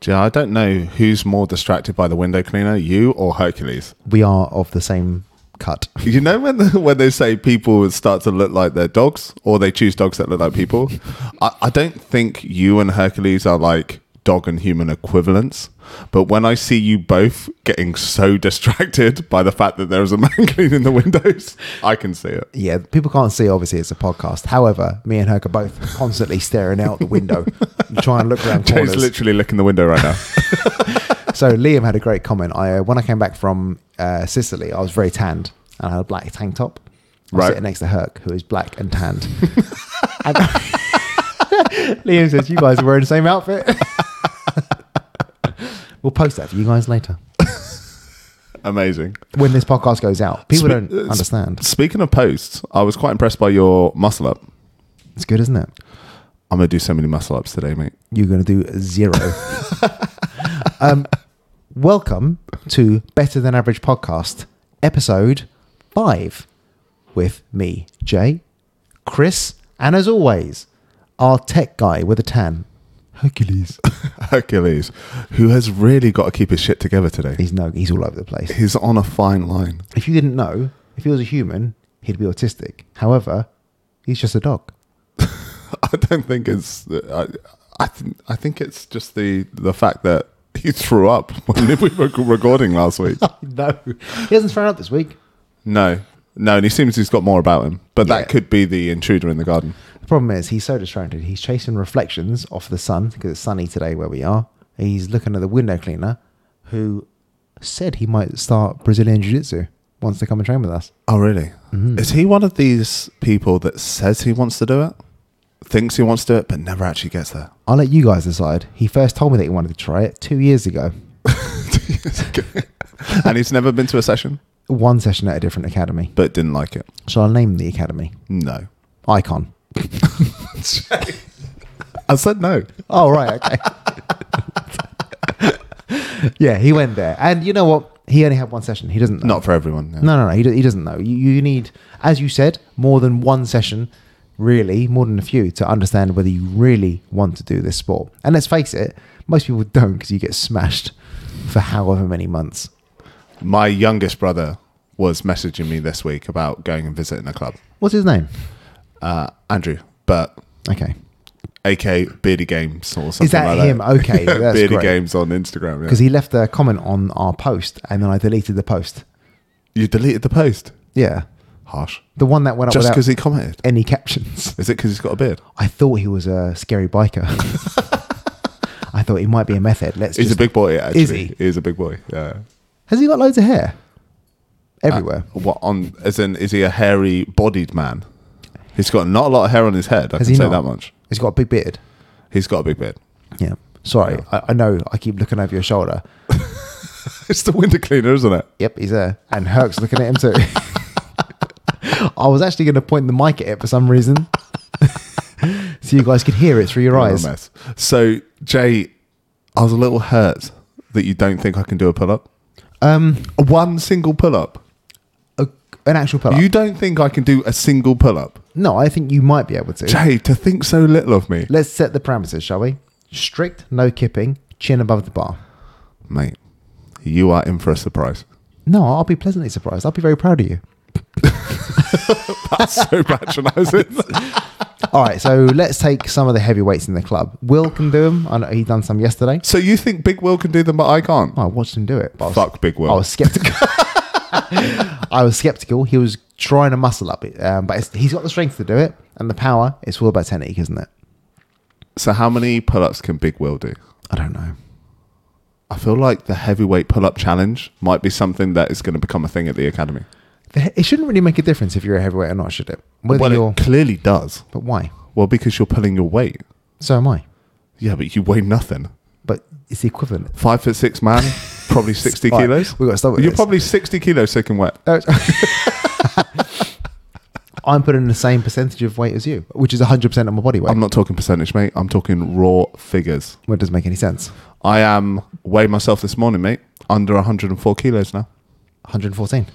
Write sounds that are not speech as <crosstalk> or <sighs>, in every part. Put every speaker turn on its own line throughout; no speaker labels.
Gee, I don't know who's more distracted by the window cleaner, you or Hercules. <laughs>
We are of the same cut.
You know when the, when they say people start to look like their dogs, or they choose dogs that look like people. I, I don't think you and Hercules are like dog and human equivalents. But when I see you both getting so <laughs> distracted by the fact that there is a man <laughs> cleaning the windows, I can see it.
Yeah, people can't see. Obviously, it's a podcast. However, me and Herc are both constantly staring out the window, <laughs> and trying to look around
Jay's
corners.
literally licking the window right now.
so Liam had a great comment. I uh, when I came back from uh, Sicily, I was very tanned and I had a black tank top. I was
Right.
sitting next to Herc, who is black and tanned. <laughs> and Liam says, "You guys are wearing the same outfit." <laughs> we'll post that for you guys later
Amazing.
when this podcast goes out. People
Spe-
don't
uh, s-
understand.
Speaking of posts, I was quite impressed by your muscle up.
It's good, isn't it?
I'm gonna do so many muscle ups today, mate.
You're going to do zero. um, welcome to Better Than Average Podcast, episode five, with me, Jay, Chris, and as always, our tech guy with a tan, Hercules.
<laughs> Hercules, who has really got to keep his shit together today.
he's no, he's all over the place.
He's on a fine line. <laughs>
If you didn't know, if he was a human, he'd be autistic. However, he's just a dog.
I don't think it's. I, I, th- I think it's just the the fact that he threw up <laughs> when we were recording last <laughs> week.
no, he hasn't thrown up this week.
No, no, and he seems he's got more about him. But
Yeah.
that could be the intruder in the garden.
The problem is he's so distracted. He's chasing reflections off the sun because it's sunny today where we are. He's looking at the window cleaner who said he might start Brazilian Jiu Jitsu, wants to come and train with us.
Oh, really? Is he one of these people that says he wants to do it, thinks he wants to do it, but never actually gets there?
I'll let you guys decide. He first told me that he wanted to try it two years ago.
<laughs> and he's never been to a session,
One session at a different academy.
but didn't like it.
Shall I name the academy?
No,
Icon.
I said no.
Oh, right. Okay. <laughs> yeah, he went there. And you know what? He only had one session. He doesn't know.
Not for everyone. yeah.
No, no, no. He, do- he doesn't know. You, you need, as you said, more than one session, really, more than a few, to understand whether you really want to do this sport. And let's face it, most people don't because you get smashed for however many months.
My youngest brother was messaging me this week about going and visiting a club.
What's his name?
Uh, Andrew, but
Okay.
aka Beardy Games or something
that
like <laughs>
him? Okay, that's
Beardy
great.
Games on Instagram.
Because
Yeah.
he left a comment on our post and then I deleted the post.
you deleted the post.
Yeah.
Harsh.
The one Oh, that went up
Just
without
because he commented.
any captions. <laughs>
Is it because he's got a beard?
I thought he was a scary biker. <laughs> I thought he might be a method. Let's
He's
just,
a big boy. Actually,
Is he?
He's a big boy. Yeah. Uh,
Has he got loads of hair? Everywhere.
What on? As in, is he a hairy bodied man? He's got not a lot of hair on his head. I
Has
can
he
say that
not?
much.
He's got a big beard.
He's got a big
<laughs>
beard.
Yeah. Sorry, I, I know I keep looking over your shoulder.
It's the window cleaner, isn't it?
Yep, he's there. And Herc's looking at him too. <laughs> I was actually going to point the mic at it for some reason. <laughs> so you guys could hear it through your
What a
eyes.
mess. So Jay, I was a little hurt that you don't think I can do a pull up.
Um,
One single pull up.
a, an actual pull up.
You don't think I can do a single pull up?
no, I think you might be able to.
Jay, to think so little of me,
Let's set the parameters, shall we? Strict, no kipping, chin above the bar.
mate. You are in for a surprise. <laughs>
No, I'll be pleasantly surprised. I'll be very proud of you.
That's so <laughs> patronising.
All
<laughs>
right, so let's take some of the heavyweights in the club. Will can do them. I know he done some yesterday.
so you think Big Will can do them, but I can't?
Oh, I watched him do it. but I was-
Fuck Big Will.
I
<laughs>
was skeptical. I was skeptical. He was trying to muscle up, um, but it's, he's got the strength to do it and the power. It's all about technique, isn't it?
so how many pull-ups can Big Will do?
I don't know.
I feel like the heavyweight pull-up challenge might be something that is going to become a thing at the academy.
The- It shouldn't really make a difference if you're a heavyweight or not, should it? Whether
well,
you're,
it clearly does.
but why?
Well, because you're pulling your weight.
So am I.
Yeah, but you weigh nothing.
But it's the equivalent.
Five foot six man,
<laughs>
probably sixty
Right,
kilos.
we got to stop with
You're
this.
probably sixty kilos soaking wet.
Oh, it's- <laughs> I'm putting in the same percentage of weight as you, which is 100% of my body weight.
I'm not talking percentage, mate. I'm talking raw figures.
Well, it doesn't make any sense.
I am weigh myself this morning, mate. Under 104 kilos now.
114.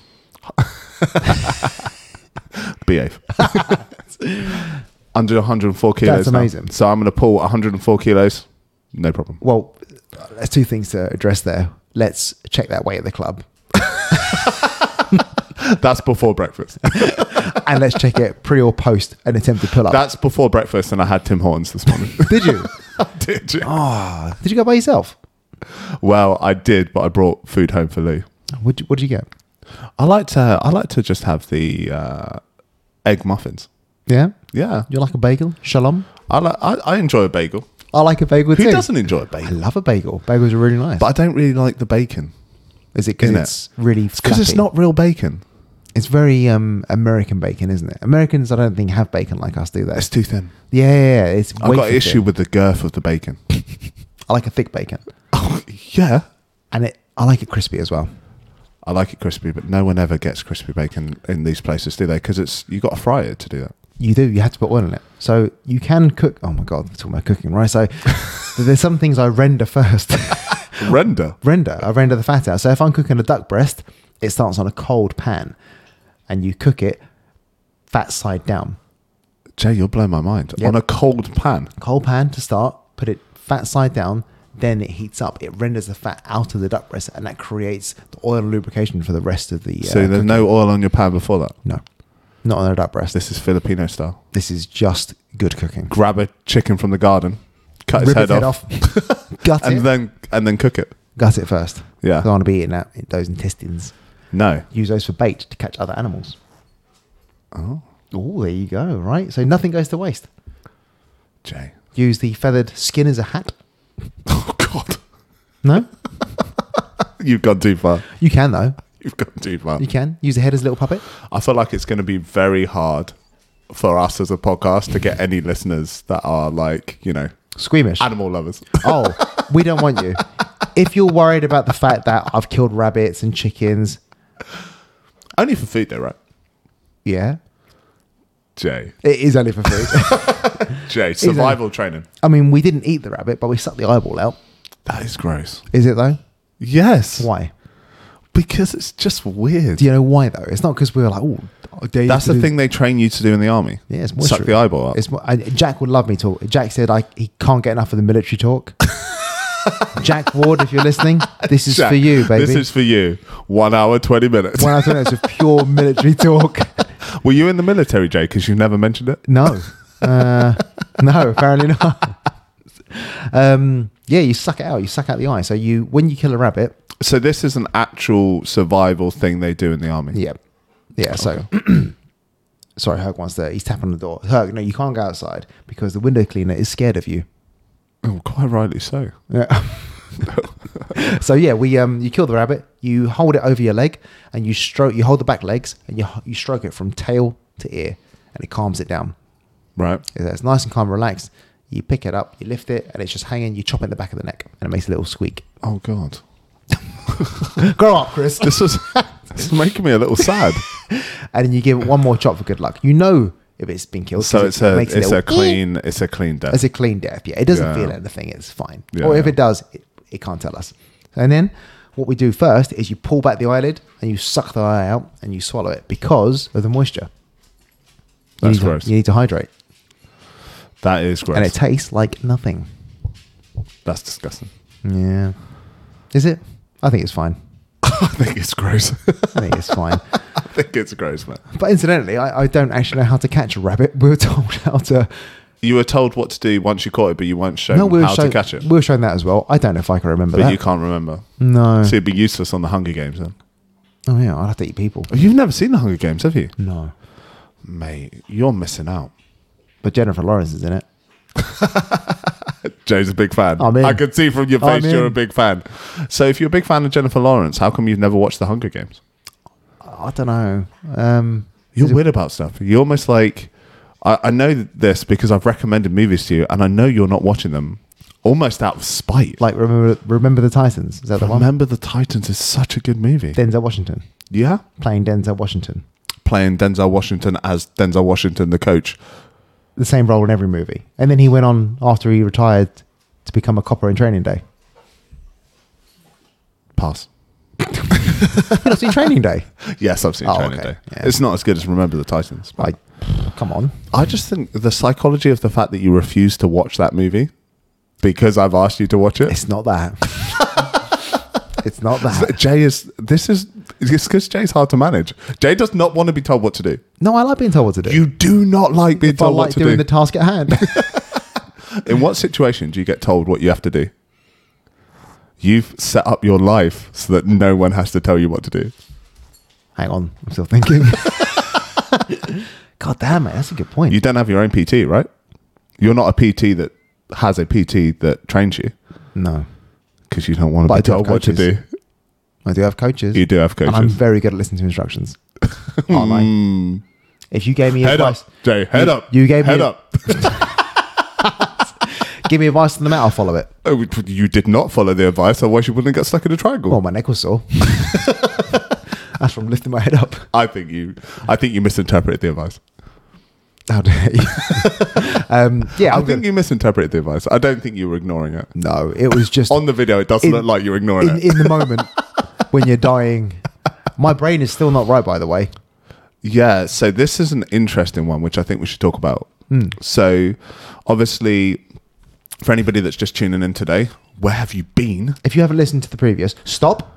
Behave. <laughs> Under 104 kilos.
That's
now.
amazing.
So I'm going to pull 104 kilos. No problem.
Well, there's two things to address there. Let's check that weight at the club,
That's before
<laughs>
breakfast.
and let's check it pre or post an attempted pull up.
That's before breakfast, and I had Tim Hortons this
<laughs>
morning.
did you?
did you?
Ah, did you go by yourself?
<laughs> Well, I did, but I brought food home for Lou.
What did you get?
I like to. I like to just have the uh, egg muffins.
Yeah,
Yeah,
you like a bagel? Shalom.
I, like, I I enjoy a bagel.
I like a bagel
Who
too.
doesn't enjoy a
I
bagel?
love a bagel. Bagels are really nice.
But I don't really like the bacon
is it because
Isn't it?
it's really?
because it's
fluffy?
not real bacon.
It's very um, American bacon, isn't it? Americans, I don't think have bacon like us, do they?
It's too thin.
Yeah, yeah, yeah. It's
I've
way
got an
too
issue
thin.
with the girth of the bacon.
I like a thick bacon,
<laughs> oh, yeah,
and it I like it crispy as well.
I like it crispy, but no one ever gets crispy bacon in these places, do they? Because it's you got to fry it to do that.
You do. You have to put oil in it, so you can cook. Oh my god, we're talking about cooking, right? So <laughs> there's some things I render first.
Render.
render. I render the fat out. So if I'm cooking a duck breast, it starts on a cold pan, and you cook it fat side down.
Jay, you're blowing my mind.
Yeah.
On a cold pan.
cold pan to start, put it fat side down, then it heats up. It renders the fat out of the duck breast, and that creates the oil and lubrication for the rest of the. Uh,
so there's no oil on your pan before that.
no, not on a duck breast. This,
This is Filipino style.
is just good cooking.
Grab a chicken from the garden, cut his
Rip
head,
its head
off,
off. <laughs> gut
and
it,
then and then cook it.
gut it first. I don't
Yeah.
want to be eating out those intestines.
No.
Use those for bait to catch other animals. Oh, there you go. Right, so nothing goes to waste.
Jay.
Use the feathered skin as a hat.
<laughs> Oh God.
No,
You've gone too far.
you can though.
<laughs> You've gone too far.
You can use the head as a little puppet.
I feel like it's going to be very hard for us as a podcast to get any listeners that are like, you know,
Squeamish.
animal lovers. <laughs>
Oh, we don't want you. If you're worried about the fact that I've killed rabbits and chickens,
Only for food though, right?
yeah,
Jay.
it is only for food. <laughs>
Jay, survival training.
I mean, we didn't eat the rabbit, but we sucked the eyeball out.
That is gross.
Is it though?
Yes.
Why?
Because it's just weird.
Do you know why though? It's not because we were like, oh, I dare you
That's the
to do-
thing they train you to do in the army.
Yeah, it's
Suck
moisture.
the eyeball up.
It's mo- I, Jack would love me to. Jack said I, he can't get enough of the military talk.
<laughs>
Jack Ward, if you're listening, this is
Jack,
for you, baby.
This is for you. One hour, 20 minutes.
one hour minutes of pure military talk.
<laughs> Were you in the military, Jay? Because you never mentioned it.
No. Uh, no, apparently not. Um, yeah, you suck it out. You suck out the eye. So you, when you kill a rabbit,
So this is an actual survival thing they do in the army.
yeah, yeah. So, <clears throat> sorry, Herc wants to. He's tapping on the door. Herc, no, you can't go outside because the window cleaner is scared of you.
Oh, quite rightly so.
Yeah. <laughs> so yeah, we um, you kill the rabbit. You hold it over your leg, and you stroke. You hold the back legs, and you you stroke it from tail to ear, and it calms it down.
Right.
It's it's nice and calm, relaxed. You pick it up, you lift it, and it's just hanging. You chop it in the back of the neck, and it makes a little squeak.
Oh God.
<laughs> Grow up, Chris.
This is <laughs> this is making me a little sad.
and then you give it one more chop for good luck. You know if it's been killed. 'cause
so it's a
makes
it's a
little
clean it's a clean
It's
death.
a clean death. Yeah, it doesn't
Yeah.
feel anything. It's fine.
Yeah,
or if
yeah.
it does, it, it can't tell us. And then what we do first is you pull back the eyelid and you suck the eye out and you swallow it because of the moisture. You
That's
need to-
gross.
you need to hydrate,
That is gross.
and it tastes like nothing.
That's disgusting. <laughs>
Yeah, is it? I think it's fine.
I think it's gross. <laughs>
I think it's fine.
I think it's gross, man.
But incidentally, I, I don't actually know how to catch a rabbit. We were told how to.
You were told what to do once you caught it, but you weren't shown
No, we were
how
shown,
to catch it.
We were shown that as well. I don't know if I can remember
But
that.
you can't remember.
No.
So it'd be useless on the Hunger Games then.
Oh yeah, I'd have to eat people.
You've never seen the Hunger Games, have you?
No.
Mate, you're missing out.
But Jennifer Lawrence is in it.
Jay's a big fan.
I'm in.
I can see from your
I'm
face you're a
in.
big fan. So if you're a big fan of Jennifer Lawrence, how come you've never watched the Hunger Games?
I don't know. Um,
You're weird about stuff. You're almost like I, I know this because I've recommended movies to you, and I know you're not watching them, almost out of spite.
like remember remember the Titans? Is that the one?
Remember the Titans is such a good movie.
Denzel Washington
yeah,
playing Denzel Washington,
playing Denzel Washington as Denzel Washington, the coach.
the same role in every movie. And then he went on after he retired to become a copper in Training Day.
Pass.
You not seen Training Day? <laughs>
Yes, I've seen
Oh,
Training
okay.
Day.
Yeah.
It's not as good as Remember the Titans. but-
Like, come on.
I just think the psychology of the fact that you refuse to watch that movie because I've asked you to watch it.
It's not that. <laughs> it's not that.
Jay is this is it's because Jay's hard to manage. Jay does not want to be told what to do.
No, I like being told what to do.
You do not like being
if I
told
like
what to
doing
do.
the task at hand. <laughs>
In what situation do you get told what you have to do? You've set up your life so that no one has to tell you what to do.
Hang on, I'm still thinking. <laughs> God damn it, that's a good point.
You don't have your own PT, right? You're not a PT that has a PT that trains you
no,
because you don't want
But
to
I
be
do have
told what to do.
coaches. I do have coaches,
You do have coaches.
and I'm very good at listening
<laughs>
to instructions. Aren't I?
Mm.
If you gave me
Head
advice,
up, Jay. Head
You-
up.
you gave me
head
a-
up.
give me advice on the matter, I'll follow it.
<laughs> Oh, you did not follow the advice, otherwise you wouldn't get stuck in a triangle.
Well, my neck
<laughs>
was sore. that's from lifting my head up.
I think you, I think you misinterpreted the advice.
How dare you? <laughs> um, yeah,
I
I'm
think
good.
you misinterpreted the advice. I don't think you were ignoring it.
No, it was just
On the video, it doesn't
In-
look like you're ignoring
in,
it.
in the moment when you're dying. My brain is still not right, by the way.
Yeah, so this is an interesting one, which I think we should talk about.
Hmm.
So, obviously, for anybody that's just tuning in today, where have you been?
If you haven't listened to the previous, stop,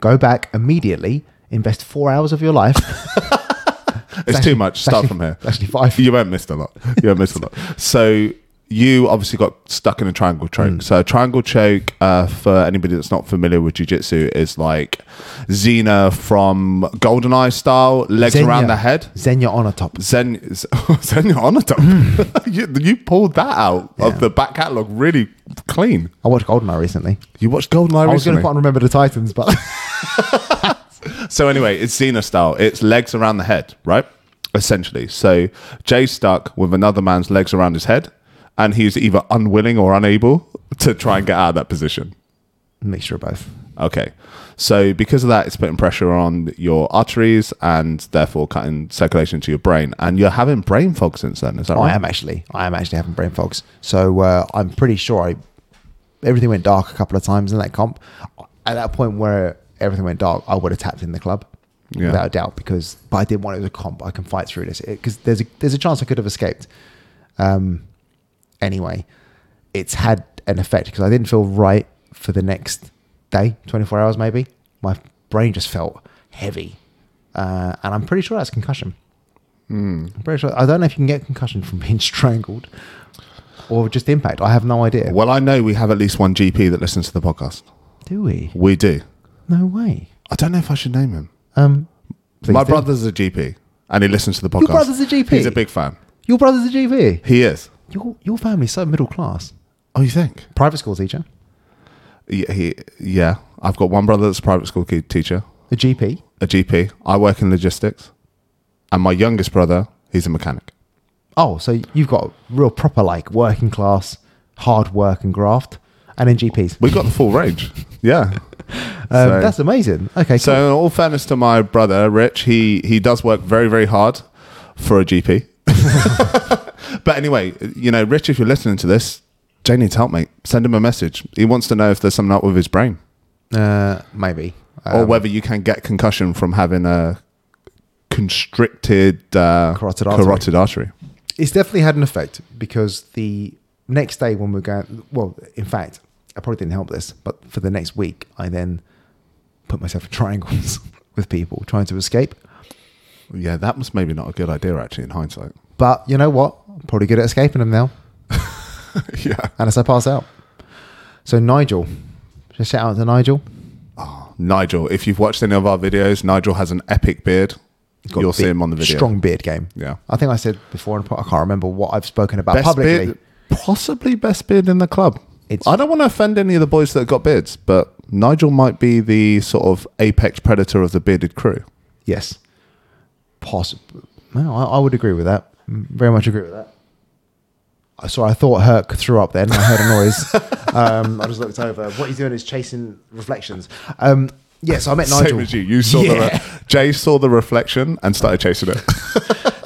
go back immediately, invest four hours of
<laughs>
your life.
It's
actually-
too much.
it's
Start
actually-
from here.
it's Actually, five.
You won't missed a lot. You won't missed a lot. So you obviously got stuck in a triangle choke.
Hmm.
So a triangle choke, uh, for anybody that's not familiar with jujitsu, is like Xena from Goldeneye style, legs around the head.
Zenya on a top.
Zen <laughs> Zen on the top. <laughs> you, you pulled that out
Yeah.
of the back catalogue really clean.
I watched Goldeneye recently.
You watched Goldeneye
I was going
recently.
to put on Remember the
<laughs>
Titans, but
So anyway, it's Xena style. It's legs around the head, right? Essentially. So Jay's stuck with another man's legs around his head, and he's either unwilling or unable <laughs> to try and get out of that position.
mixture of both.
Okay. So because of that, it's putting pressure on your arteries and therefore cutting circulation to your brain. And you're having brain fog since then, is that right?
Oh, I am actually. I am actually having brain fogs. So uh, I'm pretty sure I. Everything went dark a couple of times in that comp. At that point where everything went dark, I would have tapped in the club,
Yeah.
without a doubt. Because, but I didn't want it as a comp. I can fight through this because there's a there's a chance I could have escaped. Um, anyway, it's had an effect because I didn't feel right for the next day, 24 hours maybe. My brain just felt heavy, uh, and I'm pretty sure that's concussion.
Hmm.
I'm pretty sure. I don't know if you can get concussion from <laughs> being strangled or just impact. I have no idea.
Well, I know we have at least one GP that listens to the podcast.
Do we?
We do.
No way.
I don't know if I should name him.
Um, please
My
do.
brother's a GP and he listens to the podcast.
brother's a GP?
He's a big fan.
Your brother's a GP.
He is.
Your your family's so middle class.
Oh, you think?
Private school teacher,
Yeah, he, yeah. I've got one brother that's a private school kid teacher,
a GP.
a GP. I work in logistics, and my youngest brother, he's a mechanic.
Oh, so you've got real proper like working class, hard work and graft, and then GPs.
We got the <laughs> full range. Yeah.
Um,
so-
that's amazing. Okay,
So, in all fairness to my brother, Rich, he he does work very very hard for a GP. <laughs> but anyway, you know, Rich, if you're listening to this, Jay needs help, mate. Send him a message. He wants to know if there's something up with his brain.
cool. uh, maybe.
or
Um,
whether you can get concussion from having a constricted uh,
Carotid artery.
carotid artery.
it's definitely had an effect because the next day when we're going, well, in fact, I probably didn't help this, but for the next week, I then put myself in <laughs> triangles with people trying to escape.
Yeah, that was maybe not a good idea actually in hindsight.
But you know what? I'm probably good at escaping them now,
<laughs> yeah.
unless I pass out. So Nigel, just shout out to Nigel.
Nigel, if you've watched any of our videos, Nigel has an epic beard.
He's got
You'll
a
see
big-
him on the video.
Strong beard game.
Yeah.
I think I said before, and I can't remember what I've spoken about
Best
publicly.
beard, possibly best beard in the club.
It's-
I don't want to offend any of the boys that got beards, but Nigel might be the sort of apex predator of the bearded crew.
Yes. Possible. No, I, I would agree with that. M- Very much agree with that. I- Sorry, I thought Herc threw up then. I heard a noise.
<laughs>
um, I just looked over. What he's doing is chasing reflections. Um, yeah, so I met Nigel.
Same as you. You saw the
yeah.
re- Jay saw the reflection and started chasing it.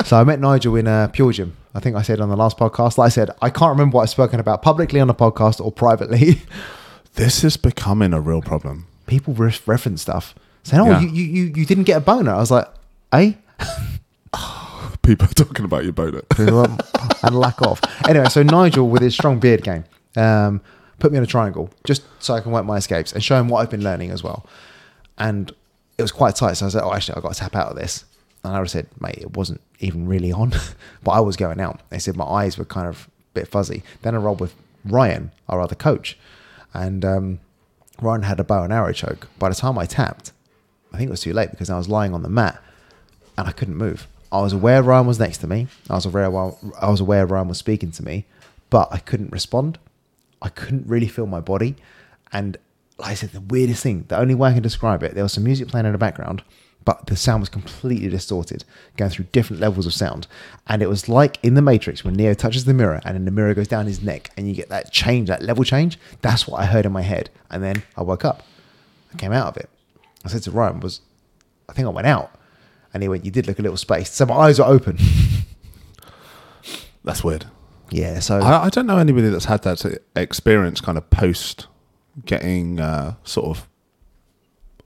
So I met Nigel in uh, Pure Gym. I think I said on the last podcast, like I said, I can't remember what I've spoken about publicly on the podcast or privately.
<laughs>
<laughs>
this is becoming a real problem.
People re- reference stuff saying, oh,
Yeah.
you, you, you, you didn't get a boner. I was like, eh?
People are talking about your boner. <laughs>
and lack off. Anyway, so Nigel with his strong beard game Um, put me on a triangle just so I can work my escapes and show him what I've been learning as well. And it was quite tight. So I said, oh, actually, I've got to tap out of this. And I would have said, mate, it wasn't even really on, <laughs> but I was going out. They said my eyes were kind of a bit fuzzy. Then I rolled with Ryan, our other coach. And um, Ryan had a bow and arrow choke. By the time I tapped, I think it was too late because I was lying on the mat and I couldn't move. I was aware Ryan was next to me. I was aware I was aware Ryan was speaking to me, but I couldn't respond. I couldn't really feel my body, and like I said, the weirdest thing. The only way I can describe it, there was some music playing in the background, but the sound was completely distorted, going through different levels of sound, and it was like in the Matrix when Neo touches the mirror and then the mirror goes down his neck, and you get that change, that level change. That's what I heard in my head, and then I woke up. I came out of it. I said to Ryan, "Was I think I went out?" And he went, "You did look a little spaced." So my eyes were open. <laughs>
That's weird.
yeah. So
I, I don't know anybody that's had that uh, experience kind of post getting uh, sort of,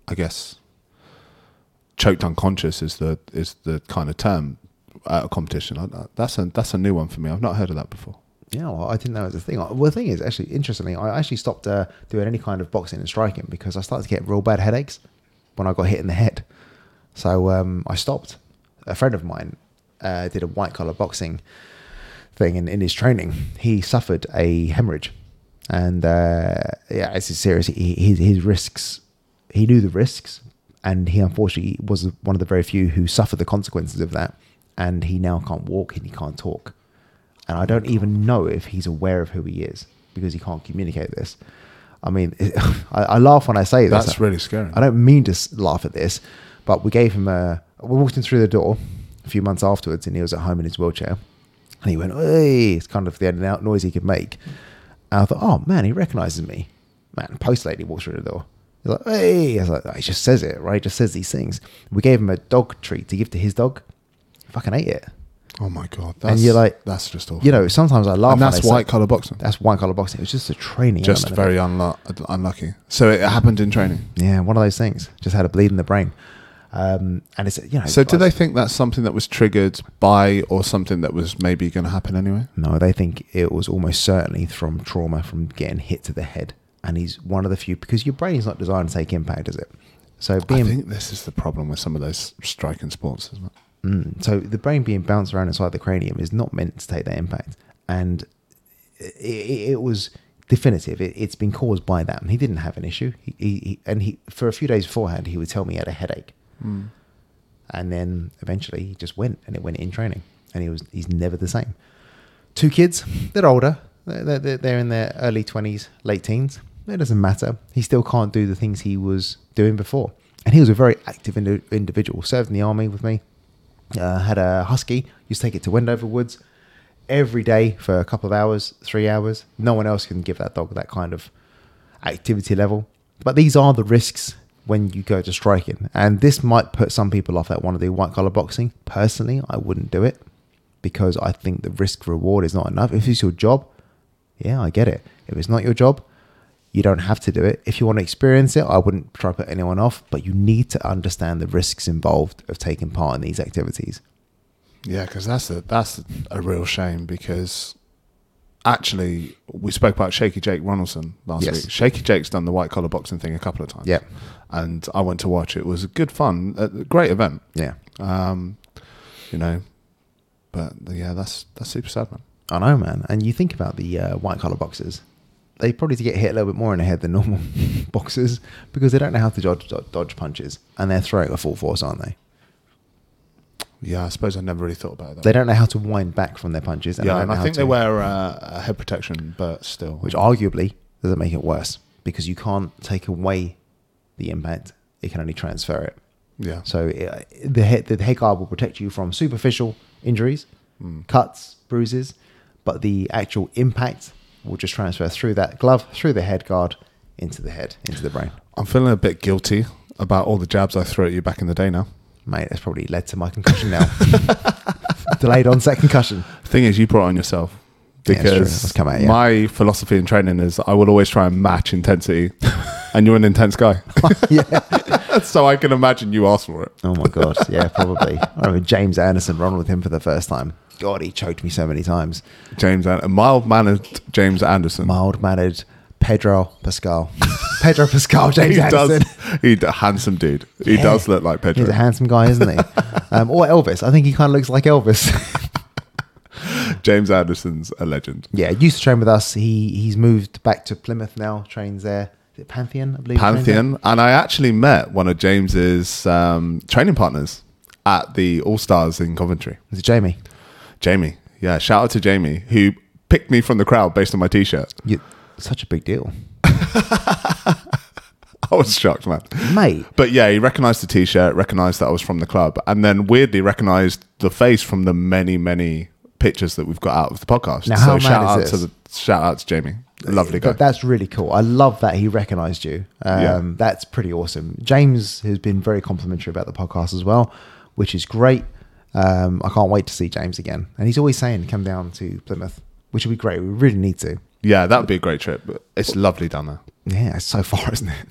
I guess, choked unconscious is the is the kind of term at a competition. I, I- that's a that's a new one for me. I've not heard of that before.
Yeah, well, I didn't know it was a thing. Well, the thing is, actually, interestingly, I actually stopped uh, doing any kind of boxing and striking because I started to get real bad headaches when I got hit in the head. So um, I stopped. A friend of mine uh, did a white collar boxing thing, and in his training, he suffered a hemorrhage. And uh, yeah, it's serious. He, his, his risks, he knew the risks, and he unfortunately was one of the very few who suffered the consequences of that. And he now can't walk and he can't talk and I don't even know if he's aware of who he is because he can't communicate this. I mean, <laughs> I, I laugh when I say this.
That's really scary.
I don't mean to s- laugh at this, but we gave him a. We walked him through the door a few months afterwards, and he was at home in his wheelchair, and he went, "Hey!" It's kind of the in and out noise he could make. And I thought, "Oh man, he recognizes me." Man, post lady walks through the door. He's like, "Hey!" I was like, "He just says it, right? He just says these things." We gave him a dog treat to give to his dog. He fucking ate it.
Oh my god! That's,
And you're like-
that's just awful.
You know, sometimes I laugh.
and
when
that's
I say-
white collar boxing.
that's white collar boxing. It was just a training.
Just
element of it.
very unlu- unlucky. So it happened in training.
yeah, one of those things. Just had a bleed in the brain, um, and it's you know.
So do they think that's something that was triggered by or something that was maybe going to happen anyway?
No, they think it was almost certainly from trauma from getting hit to the head, and he's one of the few because your brain's not designed to take impact, is it? So
I
being
think this is the problem with some of those striking sports, isn't it?
Mm. So the brain being bounced around inside the cranium is not meant to take that impact, and it, it, it was definitive. It, it's been caused by that. And he didn't have an issue. He, he, he and he for a few days beforehand he would tell me he had a headache,
Hmm.
and then eventually he just went and it went in training, and he was he's never the same. Two kids, they're older. They're- They're, they're, they're in their early 20s, late teens. It doesn't matter. He still can't do the things he was doing before. And he was a very active indi- individual, served in the army with me, uh, had a husky, used to take it to Wendover Woods every day for a couple of hours, three hours. No one else can give that dog that kind of activity level. But these are the risks when you go to striking. And this might put some people off that want to do white collar boxing. Personally, I wouldn't do it because I think the risk reward is not enough. If it's your job, yeah, I get it. If it's not your job, you don't have to do it. If you want to experience it, I wouldn't try to put anyone off, but you need to understand the risks involved of taking part in these activities.
Yeah, because that's a that's a real shame because actually we spoke about Shaky Jake Ronaldson last
Yes.
week. Shaky Jake's done the white collar boxing thing a couple of times.
Yeah.
and I went to watch it. It was a good fun, a great event.
Yeah.
Um, you know, but yeah, that's that's super sad, man.
I know, man. And you think about the uh, white collar boxers, they probably get hit a little bit more in the head than normal <laughs> boxers because they don't know how to dodge, dodge, dodge punches and they're throwing a full force, aren't they?
Yeah, I suppose I never really thought about it that.
They don't know how to wind back from their punches.
yeah,
don't
and
know
I
how
think they
to-
wear uh, a head protection, but still,
which arguably doesn't make it worse because you can't take away the impact; it can only transfer it.
yeah,
So uh, the head, the head guard will protect you from superficial injuries,
Hmm.
cuts, bruises, but the actual impact will just transfer through that glove, through the head guard, into the head, into the brain.
I'm feeling a bit guilty about all the jabs I threw at you back in the day. Now,
Mate, that's probably led to my
<laughs>
concussion <laughs> now. Delayed onset concussion.
thing is, you brought it on yourself
Yeah, it's true.
because
It's come out, yeah.
my philosophy in training is I will always try and match
<laughs>
intensity, and you're an intense guy, <laughs>
yeah.
so I can imagine you asked for it.
Oh my god. Yeah, probably. I remember James Anderson running with him for the first time. God, he choked me so many times.
James and mild mannered James Anderson. <laughs>
Mild mannered Pedro Pascal. Pedro Pascal, James
he
Anderson.
does. He d- handsome dude. He
Yeah.
does look like Pedro.
He's a handsome guy, isn't
<laughs>
he? um, or Elvis. I think he kind of looks like Elvis. <laughs>
James Anderson's a legend.
yeah, used to train with us. He he's moved back to Plymouth now. Trains there. Is it Pantheon? I believe. he trains there?
Pantheon, and I actually met one of James's um, training partners at the All Stars in Coventry.
Is it Jamie?
Jamie, yeah, shout out to Jamie who picked me from the crowd based on my T-shirt. <laughs>
You, such a big deal,
I was shocked, man.
mate.
But yeah, he recognized the T-shirt, recognized that I was from the club, and then weirdly recognized the face from the many, many pictures that we've got out of the podcast.
Now,
so
how mad
shout
is
out
this?
to the shout out to Jamie, lovely guy.
But that's really cool. I love that he recognised you. Um,
Yeah.
That's pretty awesome. James has been very complimentary about the podcast as well, which is great. Um, I can't wait to see James again. And he's always saying, come down to Plymouth, which would be great. We really need to.
yeah, that would be a great trip. but It's lovely down there.
Yeah, it's so far, <laughs> isn't it?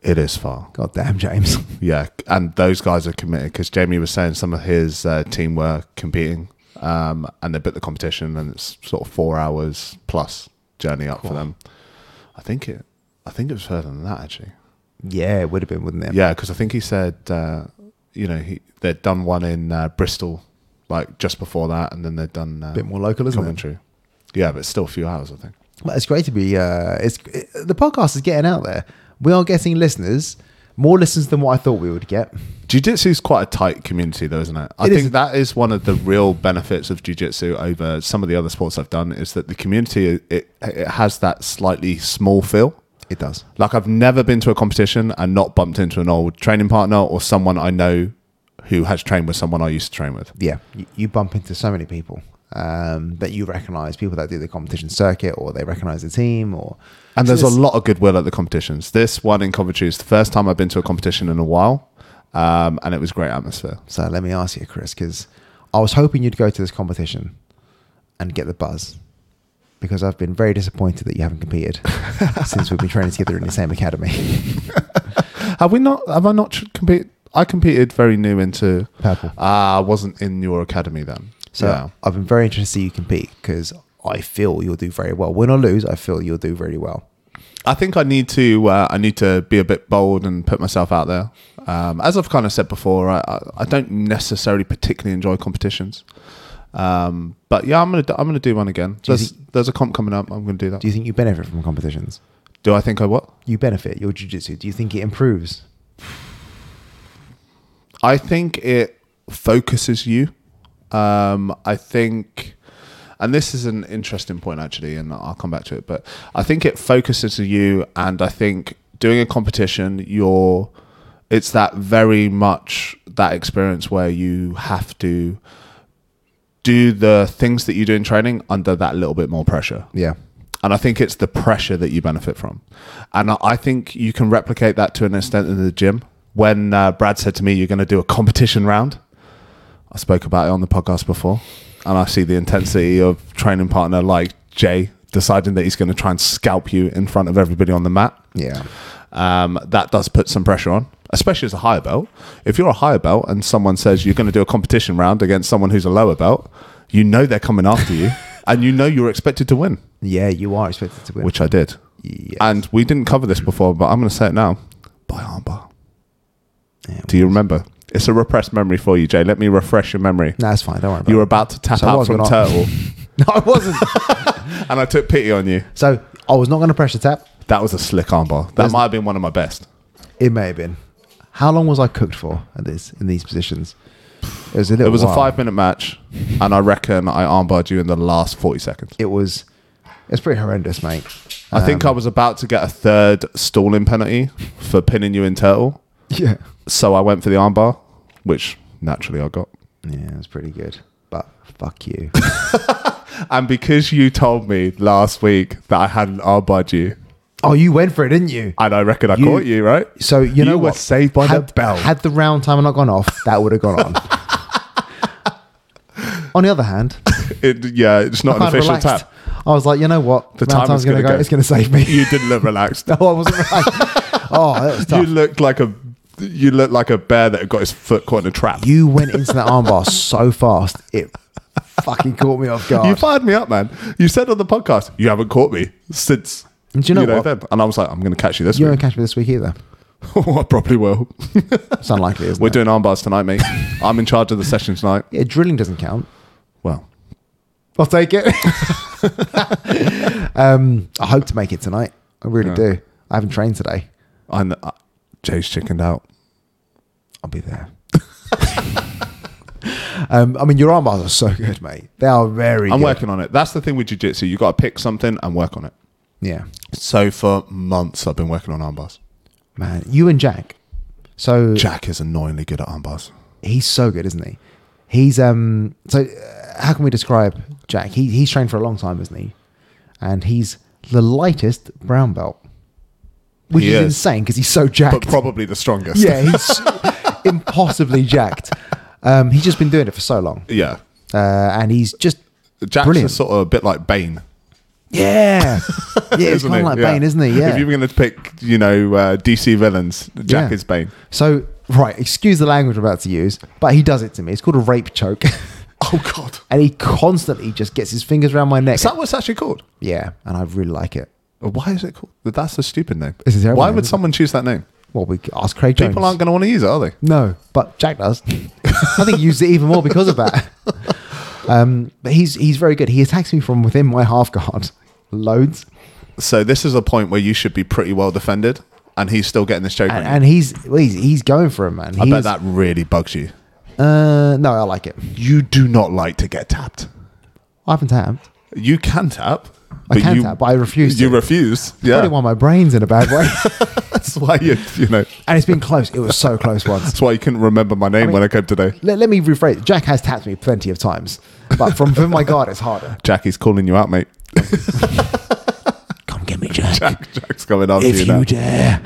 It is far.
God
<laughs>
damn, James.
Yeah, and those guys are committed because Jamie was saying some of his uh, team were competing, um, and they booked the competition, and it's sort of four hours plus journey up for them. I think it. I think it was further than that actually.
yeah, it would have been, wouldn't it?
Yeah, because I think he said, uh, you know, he, they'd done one in uh, Bristol, like just before that, and then they'd done uh,
A bit more local, isn't it?
commentary. Yeah, but still a few hours, I think.
But it's great to be. Uh, it's it, the podcast is getting out there. We are getting listeners, more listeners than what I thought we would get.
Jiu-jitsu is quite a tight community, though, isn't it? I
It
think
is.
that is one of the real benefits of jiu-jitsu over some of the other sports I've done is that the community it it has that slightly small feel.
It does.
Like I've never been to a competition and not bumped into an old training partner or someone I know who has trained with someone I used to train with.
yeah, you, you bump into so many people um, that you recognise people that do the competition circuit or they recognise the team or
And
So
there's a
this-
lot of goodwill at the competitions. This one in Coventry is the first time I've been to a competition in a while, um, and it was great atmosphere.
So let me ask you, Chris, because I was hoping you'd go to this competition and get the buzz because I've been very disappointed that you haven't
<laughs>
competed since we've been training together in the same academy.
Have we not? Have I not tr- competed? I competed very new into.
Purple.
Ah, I wasn't in your academy then.
So I've been very interested to see you compete because I feel you'll do very well. Win or lose, I feel you'll do really well.
I think I need to. Uh, I need to be a bit bold and put myself out there. Um, as I've kind of said before, I, I, I don't necessarily particularly enjoy competitions. Um, but yeah, I'm gonna do- I'm gonna do one again.
Do you
There's, there's a comp coming up. I'm gonna do that.
Do you think you benefit from competitions?
do I think I what?
You benefit your jiu-jitsu. Do you think it improves?
I think it focuses you. Um, I think, and this is an interesting point actually, and I'll come back to it. But I think it focuses you, and I think doing a competition, you're, it's that very much that experience where you have to do the things that you do in training under that little bit more pressure.
Yeah.
And I think it's the pressure that you benefit from. And I- I think you can replicate that to an extent in the gym. When uh, Brad said to me, you're going to do a competition round, I spoke about it on the podcast before. And I see the intensity of training partner like Jay deciding that he's going to try and scalp you in front of everybody on the mat.
Yeah.
Um, that does put some pressure on, especially as a higher belt. If you're a higher belt and someone says you're going to do a competition round against someone who's a lower belt, you know they're coming after you and you know you're expected to win
Yeah, you are expected to win.
which I did.
Yes.
And we didn't cover this before, but I'm going to say it now. By armbar.
Yeah.
Do you remember? It's a repressed memory for you, Jay. Let me refresh your memory.
No, that's fine. Don't worry about
You were
it.
about to tap
So I
out
was
from
gonna-
Turtle, <laughs>
<laughs> No, I wasn't.
and I took pity on you.
so I was not going to pressure tap.
That was a slick armbar. That
There's-
might have been one of my best.
It may have been. How long was I cooked for at this in these positions? It was a little.
It was a
while.
five-minute match, and I reckon I armbarred you in the last 40 seconds.
It was. It's pretty
<laughs>
horrendous, mate.
I
Um,
think I was about to get a third stalling penalty for pinning you in Turtle,
Yeah.
so I went for the armbar, which naturally I got.
Yeah, it was pretty good. But fuck you. <laughs>
And because you told me last week that I hadn't armbarred you,
oh, you went for it, didn't you?
and I reckon I
You-
caught you, right?
So you, know
were
what?
saved by
had,
the bell.
Had the round timer not gone off, that would have gone on.
<laughs>
on the other hand,
It- yeah, it's not an
kind of
official
relaxed. <laughs>
tap.
I was like, you know what?
The timer's
round time's going to
gonna
go.
go.
It's going to save
<laughs>
me. <laughs>
You didn't look relaxed.
no, I wasn't right. oh, that was tough.
You looked like a you looked like a bear that had got his foot caught in a trap.
you went into that armbar so fast it fucking caught me off
You
guard.
fired me up, man. You said on the podcast, you haven't caught me since.
And do you know what?
then. And I was like, I'm going to catch you this
You
week. <laughs>
won't catch me this week either.
I probably will.
It's unlikely, isn't
We're
it?
doing arm bars tonight,
<laughs>
mate. I'm in charge of the session tonight.
yeah, drilling doesn't count.
Well,
I'll take it. <laughs> um, I hope to make it tonight. I really
Yeah.
do. I haven't trained today.
I kn- uh, Jay's chickened out.
I'll be there. <laughs> um, I mean, your arm bars are so good, mate. They are very.
I'm
good.
working on it. That's the thing with jiu-jitsu. You got to pick something and work on it.
Yeah,
So for months, I've been working on arm bars.
man. You and Jack. So
Jack is annoyingly good at arm bars.
he's so good, isn't he? He's um. So uh, how can we describe Jack? He he's trained for a long time, isn't he? And he's the lightest brown belt, which
He
is,
is.
insane because he's so jacked.
But probably the strongest.
<laughs> yeah, he's <laughs> impossibly jacked. Um, he's just been doing it for so long,
yeah.
uh, and he's just
Jack's
Brilliant.
is sort of a bit like Bane. <laughs>
yeah, yeah. It's
isn't
kind
he?
of like
Yeah.
Bane, isn't he? Yeah.
If you were going to pick, you know, uh, DC villains, Jack
Yeah.
is Bane.
So, right, excuse the language I'm about to use, but he does it to me. It's called a rape choke. <laughs>
Oh, God.
and he constantly just gets his fingers around my neck.
Is that what it's actually called?
yeah, and I really like it.
Why is it called? That's a stupid name.
It's a terrible
Why
name,
would
isn't
someone choose that name?
Well, we could ask Craig Jones.
People aren't going to want to use it, are they?
no, but Jack does. <laughs> I think he used it even more because of that. <laughs> Um, but he's he's very good. He attacks me from within my half guard, loads,
So this is a point where you should be pretty well defended, and he's still getting this joke. on
and,
you.
and he's, well, he's he's going for him, man.
I
He
bet
is-
that really bugs you.
Uh, no, I like it.
You do not like to get tapped.
I haven't tapped.
You can tap.
I can
you,
tap, but I refuse
You
to.
refuse.
Probably
Yeah,
why my brain's in a bad way. <laughs>
that's why you. You know,
and it's been close. It was so close once.
that's why you couldn't remember my name when I came today.
Let, let me rephrase. Jack has tapped me plenty of times, but from within my guard, it's harder.
Jackie's calling you out, mate.
<laughs>
<laughs>
Come get me, Jack,
Jack, Jack's coming after
if
you
you
now.
dare.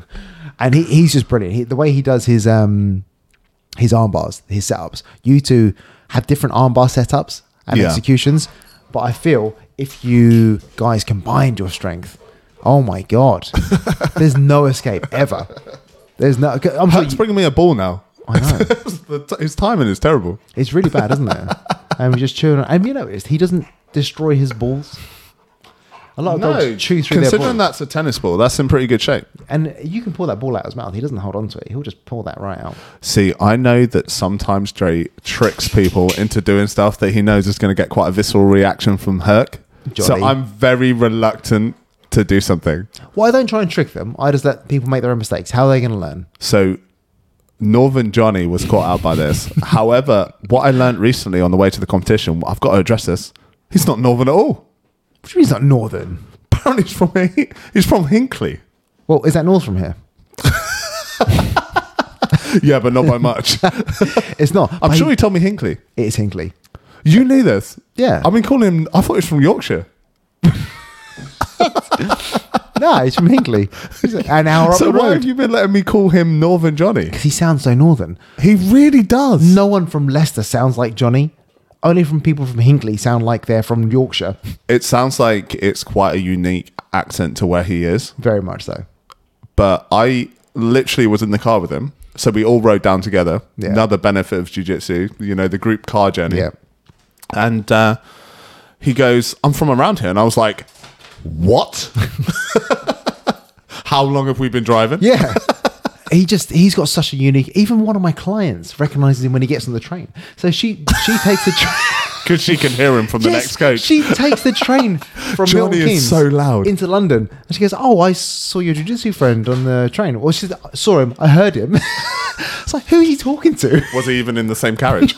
<laughs> and he, he's just brilliant. He, the way he does his um his arm bars, his setups. You two have different arm bar setups and
Yeah.
executions, but I feel if you guys combined your strength, oh my god, there's no escape ever. There's no. I'm sure
Jack's
you,
bringing me a ball now.
I know.
<laughs> The t- His timing is terrible.
It's really bad, isn't it?
<laughs>
and we just chewing. on- And you noticed he doesn't destroy his balls. A
Oh,
lot of dogs chew through their balls,
considering that's a tennis ball, that's in pretty good shape.
and you can pull that ball out of his mouth. He doesn't hold on to it. He'll just pull that right out.
See, I know that sometimes Dre tricks people into doing stuff that he knows is going to get quite a visceral reaction from Herc.
Jolly.
So I'm very reluctant to do something.
Well, I don't try and trick them. I just let people make their own mistakes. How are they going to learn?
So Northern Johnny was caught out by this. However, what I learned recently on the way to the competition, I've got to address this. He's not Northern at all.
Which means not northern.
Apparently, he's from he's from Hinckley.
Well, is that north from here?
Yeah, but not by much.
It's not.
I'm sure he told me Hinckley.
it is Hinkley.
You knew this.
Yeah.
I've been calling him. I thought he was from Yorkshire.
no, it's
<laughs>
from Hinkley. It's an hour up
So
the
why have
road.
you been letting me call him Northern Johnny?
Because he sounds so northern.
He really does.
No one from Leicester sounds like Johnny. Only from people from Hinkley sound like they're from Yorkshire.
It sounds like it's quite a unique accent to where he is,
Very much so.
but I literally was in the car with him. So we all rode down together.
Yeah.
Another benefit of jiu-jitsu, you know, the group car journey.
Yeah.
And uh, he goes, I'm from around here. And I was like, what? <laughs> How long have we been driving?
Yeah. <laughs> He just he's got such a unique even one of my clients recognizes him when he gets on the train. So she she takes the train
Because she can hear him from <laughs> the next coach.
She takes the train from
<laughs> Johnny
Milton
is
Keynes
so loud.
into London. And she goes, Oh, I saw your jujitsu friend on the train. Or she said, "I saw him, I heard him. <laughs> it's like, who are you talking to? <laughs>
was he even in the same carriage?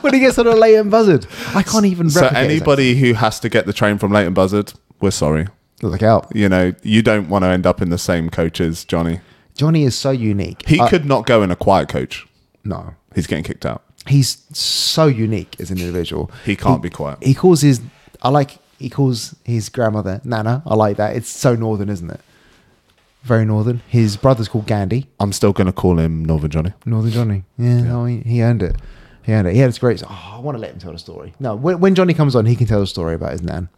when he gets on a late and buzzard. I can't even
so
replicate his
anybody who has to get the train from Leighton Buzzard, we're sorry.
accent. Look out.
You know, you don't want to end up in the same coach as Johnny.
Johnny is so unique.
He
I-
could not go in a quiet coach.
No.
He's getting kicked out.
He's so unique as an individual.
He can't be quiet.
He calls his. I like. He calls his grandmother Nana. I like that. It's so northern, isn't it? Very northern. His brother's called Gandhi.
I'm still going to call him Northern Johnny.
Northern Johnny. Yeah, no, he, he earned it. He earned it. He had his great. Oh, I want to let him tell the story. No, when, when Johnny comes on, he can tell the story about his nan.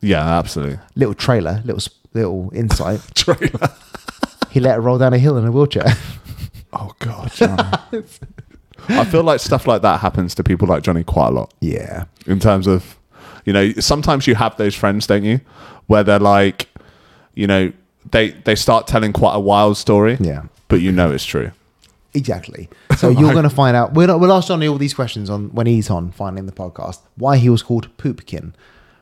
Yeah, <laughs> absolutely.
Little trailer, little s- little <laughs> insight.
Trailer.
he let her roll down a hill in a wheelchair.
Oh God, Johnny. <laughs> I feel like stuff like that happens to people like Johnny quite a lot
<laughs> Yeah.
in terms of, you know, sometimes you have those friends, don't you, where they're like, you know, they they start telling quite a wild story,
Yeah.
but you know it's true.
Exactly. So <laughs> you're going to find out. We'll, we'll ask Johnny all these questions on when he's on finally in the podcast. Why he was called Poopkin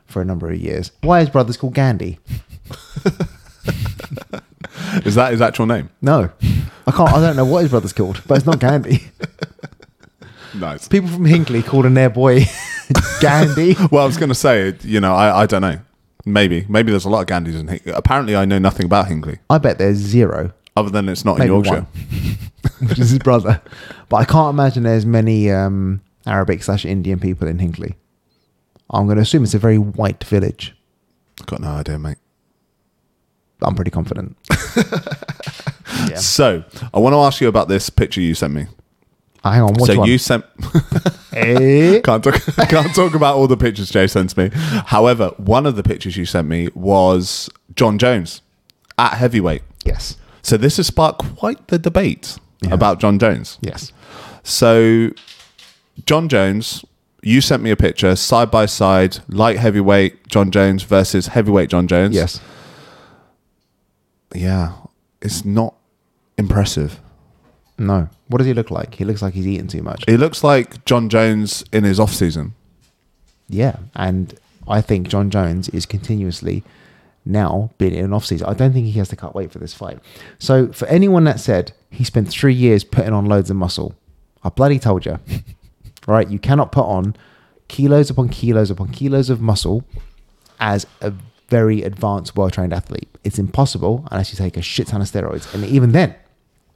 for a number of years. Why his brother's called Gandhi.
Is that his actual name?
No, I can't. I don't know what his brother's called, but it's not Gandhi.
Nice.
People from Hinkley calling their boy <laughs> Gandhi.
Well, I was going to say, you know, I, I don't know. Maybe. Maybe there's a lot of Gandhis in Hinkley. Apparently, I know nothing about Hinkley,
I bet there's zero.
other than it's not
Maybe
in Yorkshire.
one. <laughs> Which is his brother. But I can't imagine there's many um, Arabic slash Indian people in Hinkley. I'm going to assume it's a very white village.
I've got no idea, mate.
I'm pretty confident. yeah.
So, I want to ask you about this picture you sent me.
Ah, Hang on, which
so,
one?
you sent. <laughs>
Eh?
can't talk <laughs> can't talk about all the pictures Jay sends me. However, one of the pictures you sent me was John Jones at heavyweight.
Yes.
So this has sparked quite the debate about John Jones.
Yes.
So John Jones, you sent me a picture side by side, light heavyweight John Jones versus heavyweight John Jones.
Yes.
Yeah. It's not impressive.
No. What does he look like? He looks like he's eating too much.
It looks like John Jones in his off season.
Yeah, and I think John Jones is continuously now been in an off season. I don't think he has to cut weight for this fight. So for anyone that said he spent three years putting on loads of muscle, I bloody told you, <laughs> right? You cannot put on kilos upon kilos upon kilos of muscle as a very advanced, well trained athlete. It's impossible unless you take a shit ton of steroids, and even then,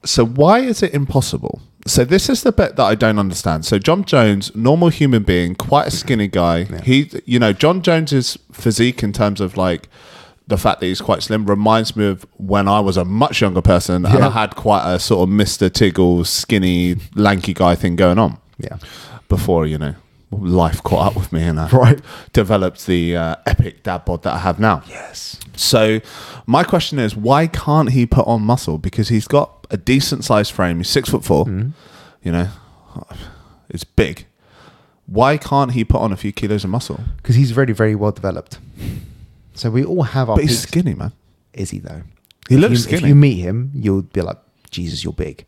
So why is it impossible? So this is the bit that I don't understand. So John Jones, normal human being, quite a skinny guy. He, you know, John Jones's physique in terms of like the fact that he's quite slim reminds me of when I was a much younger person and
Yeah.
I had quite a sort of Mister Tiggle, skinny, lanky guy thing going on
yeah,
before you know life caught up with me and I
<laughs> Right.
developed the uh, epic dad bod that I have now.
yes,
So, my question is, why can't he put on muscle? Because he's got a decent sized frame. He's six foot 4 You know, it's big. Why can't he put on a few kilos of muscle?
because he's very, very well developed. So we all have our.
But Oh, he's
peaks.
skinny, man.
Is he though?
He
If
looks
you, If
skinny.
you meet him, you'll be like, Jesus, you're big.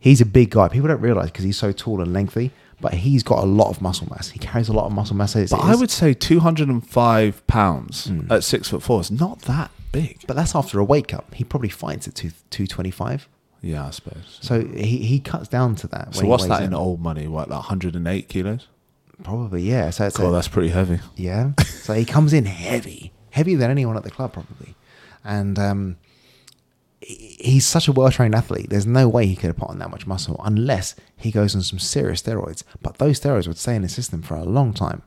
He's a big guy. People don't realize because he's so tall and lengthy, but he's got a lot of muscle mass. He carries a lot of muscle mass. as it
But I
is.
would say 205 pounds at six foot four is not that big.
But that's after a wake up. He probably fights at two two twenty five.
Yeah, I suppose.
So he, he cuts down to that.
So,
when he
what's
weighs
that in old money? What, like 108 kilos?
Probably yeah. So it's
God,
a-
that's pretty heavy.
Yeah. So he comes in heavy, heavier than anyone at the club probably, and um, he- he's such a well-trained athlete. There's no way he could have put on that much muscle unless he goes on some serious steroids. But those steroids would stay in his system for a long time,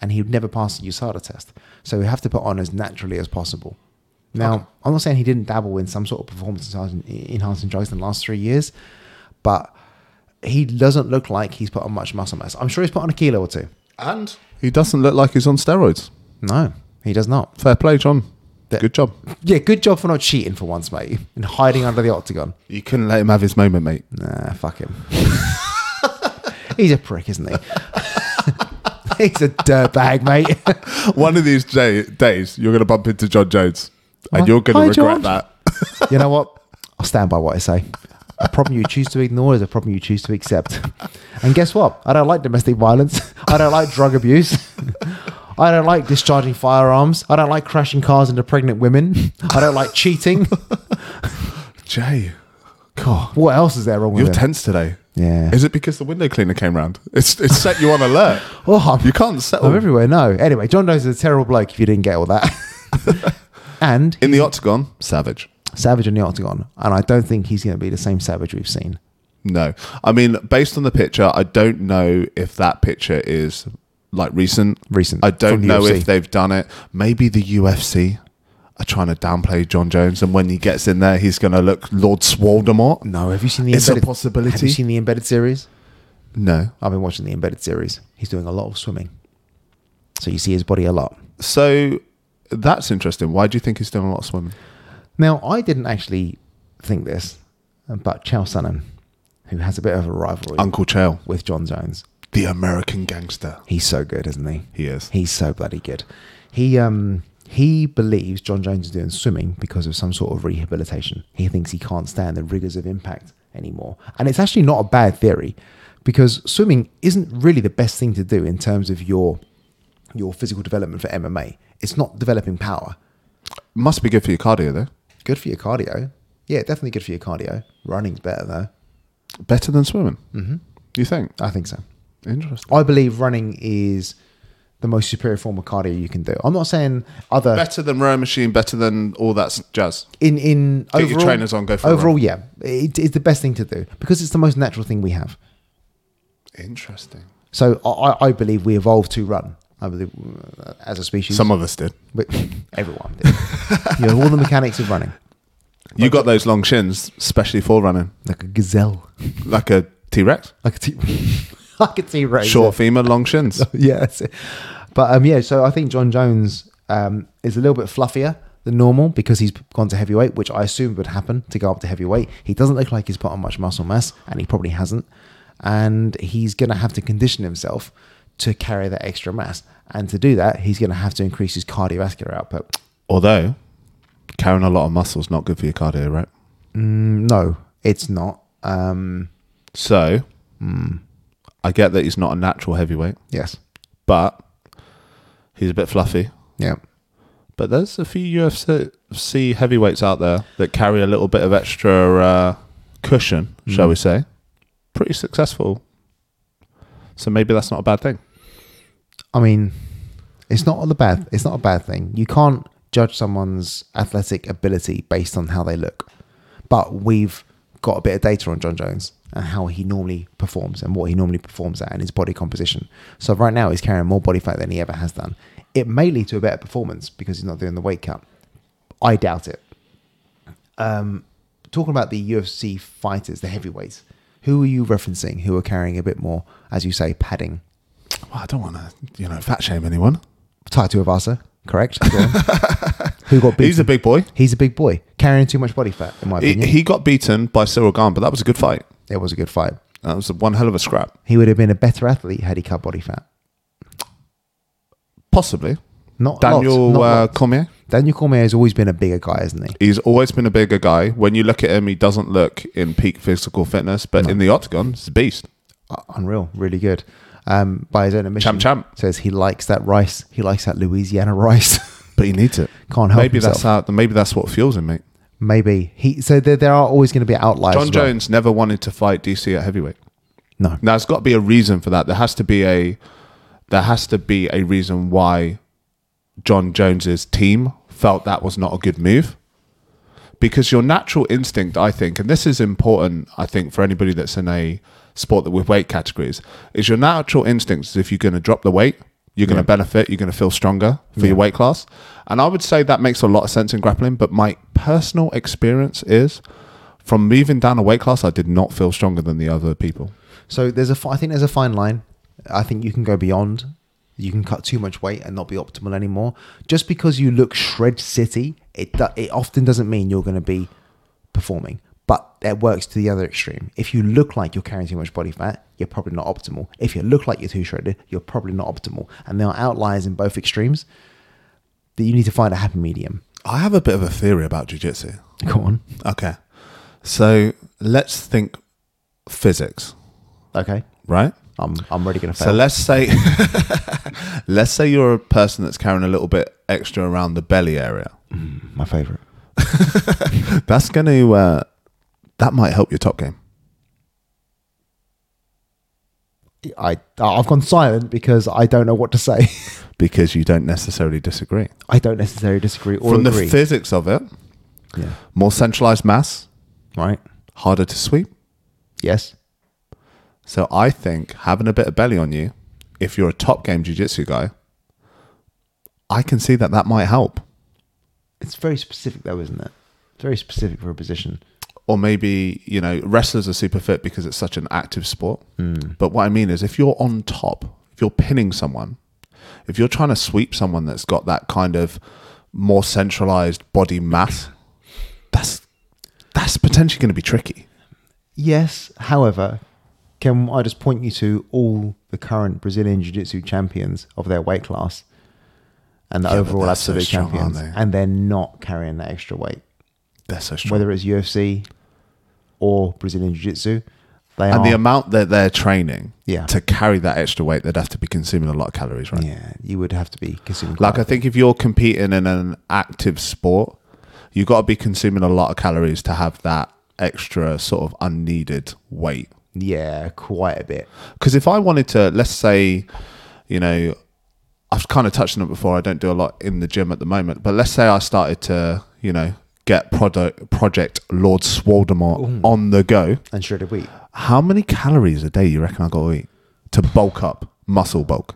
and he would never pass the USADA test. So we have to put on as naturally as possible. Now,
Okay.
I'm not saying he didn't dabble in some sort of performance enhancing- enhancing drugs in the last three years, but he doesn't look like he's put on much muscle mass. I'm sure he's put on a kilo or two.
And he doesn't look like he's on steroids.
No, he does not.
Fair play, John.
That-
Good job.
Yeah, good job for not cheating for once, mate, and hiding under the octagon.
<laughs> You couldn't let him have his moment, mate.
Nah, fuck him. <laughs> He's a prick, isn't he? <laughs> He's a dirtbag, mate.
One of these day, days, you're going to bump into John Jones, and
Hi-
you're going to
hi,
regret
John.
that. <laughs>
you know what? I'll stand by what I say. A problem you choose to ignore is a problem you choose to accept. And guess what? I don't like domestic violence. I don't like drug abuse. I don't like discharging firearms. I don't like crashing cars into pregnant women. I don't like cheating.
Jay, God,
What else is there wrong with
you're
it?
tense today.
Yeah.
Is it because the window cleaner came round? It's it's set you on
<laughs>
alert.
Oh, I'm-
you can't settle
I'm everywhere. No. Anyway, John Doe's is a terrible bloke if you didn't get all that. <laughs> and
in the octagon. Savage.
Savage in the Octagon. And I don't think he's going to be the same Savage we've seen.
No, I mean, based on the picture, I don't know if that picture is like recent.
Recent,
I
from
don't
the
know
UFC.
if they've done it. Maybe the UFC are trying to downplay John Jones, and when he gets in there, he's going to look Lord Swaldemort.
No, have you seen the
It's a
embedded,
possibility.
Have you seen the embedded series?
No.
I've been watching the embedded series. He's doing a lot of swimming. So you see his body a lot.
So that's interesting. Why do you think he's doing a lot of swimming?
Now, I didn't actually think this, but Chael Sonnen, who has a bit of a rivalry
Uncle Chael,
with John Jones.
the American gangster.
He's so good, isn't he?
He is.
He's so bloody good. He um he believes John Jones is doing swimming because of some sort of rehabilitation. He thinks he can't stand the rigors of impact anymore. And it's actually not a bad theory because swimming isn't really the best thing to do in terms of your your physical development for MMA. It's not developing power.
Must be good for your cardio though.
Good for your cardio. Yeah, definitely good for your cardio. Running's better though.
Better than swimming. Mm-hmm. You think?
I think so.
Interesting.
I believe running is the most superior form of cardio you can do. I'm not saying other
Better than row machine. Better than all that s- jazz.
in in
Get your
overall,
trainers on, go for a
overall.
run.
Yeah, it, it's the best thing to do because it's the most natural thing we have.
Interesting.
So I, I- I believe we evolved to run. I believe uh, as a species,
Some of us did.
but <laughs> everyone
<laughs>
did. you know all the mechanics of running,
You got those long shins, especially for running,
like a gazelle,
like a T Rex.
like a t, <laughs> like a t rex.
Short femur, long <laughs> shins.
<laughs> yeah, that's it. But um, yeah, so I think John Jones um, is a little bit fluffier than normal because he's gone to heavyweight, which I assumed would happen to go up to heavyweight. He doesn't look like he's put on much muscle mass, and he probably hasn't. And he's going to have to condition himself to carry that extra mass. And to do that, he's going to have to increase his cardiovascular output.
Although carrying a lot of muscle is not good for your cardio, right?
Mm, No, it's not. Um,
So Hmm. I get that he's not a natural heavyweight,
yes.
but he's a bit fluffy.
Yeah.
But there's a few UFC heavyweights out there that carry a little bit of extra uh, cushion, shall we say? Pretty successful. So maybe that's not a bad thing.
I mean, it's not the bad. It's not a bad thing. You can't judge someone's athletic ability based on how they look, but we've got a bit of data on John Jones and how he normally performs and what he normally performs at and his body composition. So right now he's carrying more body fat than he ever has done. It may lead to a better performance because he's not doing the weight cut. I doubt it. Um, talking about the UFC fighters, the heavyweights, who are you referencing? Who are carrying a bit more, as you say, padding?
Well, I don't want to, you know, fat shame anyone.
Taito Avasa, eh?
<laughs>
correct? Go on. Who got beaten?
He's a big boy.
He's a big boy carrying too much body fat, in my
He,
opinion.
he got beaten by Cyril Garn, but that was a good fight.
it was a good fight.
That was one hell of a scrap.
He would have been a better athlete had he cut body fat.
Possibly.
Not
Daniel
lots, not
uh,
lots.
Cormier.
Daniel Cormier has always been a bigger guy, hasn't he?
He's always been a bigger guy. When you look at him, he doesn't look in peak physical fitness, but in the octagon, he's a beast.
Uh, unreal, really good. Um, by his own admission,
Champ, champ.
says he likes that rice. He likes that Louisiana <laughs> rice.
But he needs it.
Can't help
maybe
himself.
that's how. Maybe that's what fuels him, mate.
Maybe he. So there, there are always going to be outliers.
John
as well.
Jones never wanted to fight DC at heavyweight.
No.
Now, there's got to be a reason for that. There has to be a there has to be a reason why John Jones's team felt that was not a good move. Because your natural instinct, I think, and this is important, I think, for anybody that's in a sport that with weight categories, is your natural instinct is if you're going to drop the weight, you're going to benefit, you're going to feel stronger for your weight class. And I would say that makes a lot of sense in grappling, but my personal experience is from moving down a weight class, I did not feel stronger than the other people.
So there's a, fi- I think there's a fine line. I think you can go beyond. You can cut too much weight and not be optimal anymore. Just because you look shred city, it do- it often doesn't mean you're going to be performing. But that works to the other extreme. If you look like you're carrying too much body fat, you're probably not optimal. If you look like you're too shredded, you're probably not optimal. And there are outliers in both extremes that you need to find a happy medium.
I have a bit of a theory about jujitsu.
Go on.
Okay. So let's think physics,
Okay.
right?
I'm I'm really going to fail.
So let's say <laughs> let's say you're a person that's carrying a little bit extra around the belly area.
My favorite.
That's going to uh, that might help your top game.
I I've gone silent because I don't know what to say. <laughs>
Because you don't necessarily disagree.
I don't necessarily disagree or
From
agree.
the physics of it,
yeah.
more centralized mass,
Right.
harder to sweep.
Yes.
So I think having a bit of belly on you, if you're a top game jiu-jitsu guy, I can see that that might help.
It's very specific though, isn't it? It's very specific for a position.
Or maybe, you know, wrestlers are super fit because it's such an active sport. But what I mean is if you're on top, if you're pinning someone, if you're trying to sweep someone that's got that kind of more centralized body mass, that's that's potentially going to be tricky.
Yes. However, can I just point you to all the current Brazilian Jiu Jitsu champions of their weight class and the
Yeah, but
overall
they're so
absolute
strong,
champions?
aren't they?
And they're not carrying that extra weight.
They're so strong.
Whether it's UFC or Brazilian Jiu Jitsu, they
and
are.
the amount that they're training
Yeah.
to carry that extra weight, they'd have to be consuming a lot of calories, right?
yeah, you would have to be consuming.
Like,
quite
I
a bit.
think if you're competing in an active sport, you got to be consuming a lot of calories to have that extra sort of unneeded weight.
Yeah, quite a bit.
Because if I wanted to, let's say, you know, I've kind of touched on it before. I don't do a lot in the gym at the moment, but let's say I started to, you know, get product project Lord Swaldemort on the go.
And shredded wheat.
How many calories a day you reckon I got to eat to bulk up, muscle bulk?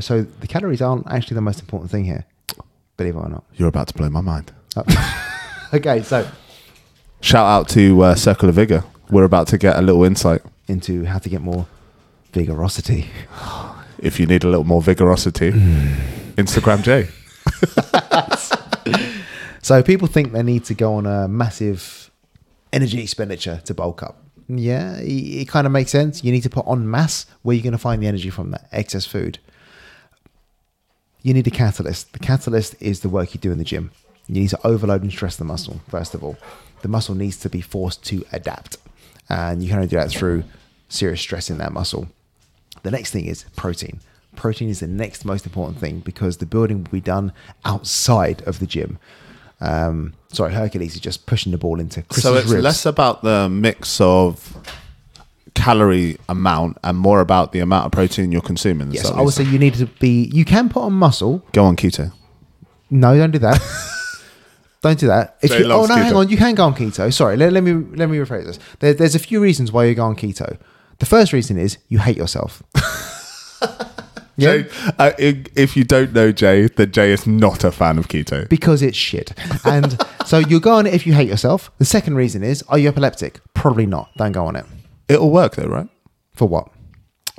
So the calories aren't actually the most important thing here, believe it or not.
You're about to blow my mind.
Oh. <laughs> okay, so
Shout out to uh, Circle of Vigor. We're about to get a little insight.
into how to get more vigorosity.
If you need a little more vigorosity,
Hmm.
Instagram
<laughs>
J.
So people think they need to go on a massive energy expenditure to bulk up. Yeah, it, it kind of makes sense. You need to put on mass. Where you're going to find the energy from that excess food? You need a catalyst. The catalyst is the work you do in the gym. You need to overload and stress the muscle first of all. The muscle needs to be forced to adapt, and you can only do that through serious stress in that muscle. The next thing is protein. Protein is the next most important thing because the building will be done outside of the gym. Um, sorry, Hercules is just pushing the ball into Chris's
so it's
ribs.
less about the mix of calorie amount and more about the amount of protein you're consuming.
yes,
Is that
I would
what
say
you said?
you need to be. You can put on muscle.
go on keto.
No, don't do that. <laughs> don't do that. If
Jay
you, oh
loves
no, hang
keto.
on. You can go on keto. Sorry, let, let me let me rephrase this. There, there's a few reasons why you go on keto. The first reason is you hate yourself. <laughs>
Jay, uh, i- if you don't know Jay, then Jay is not a fan of keto.
because it's shit. And so you go on it if you hate yourself. The second reason is, are you epileptic? Probably not. Don't go on it.
It'll work though, right?
For what?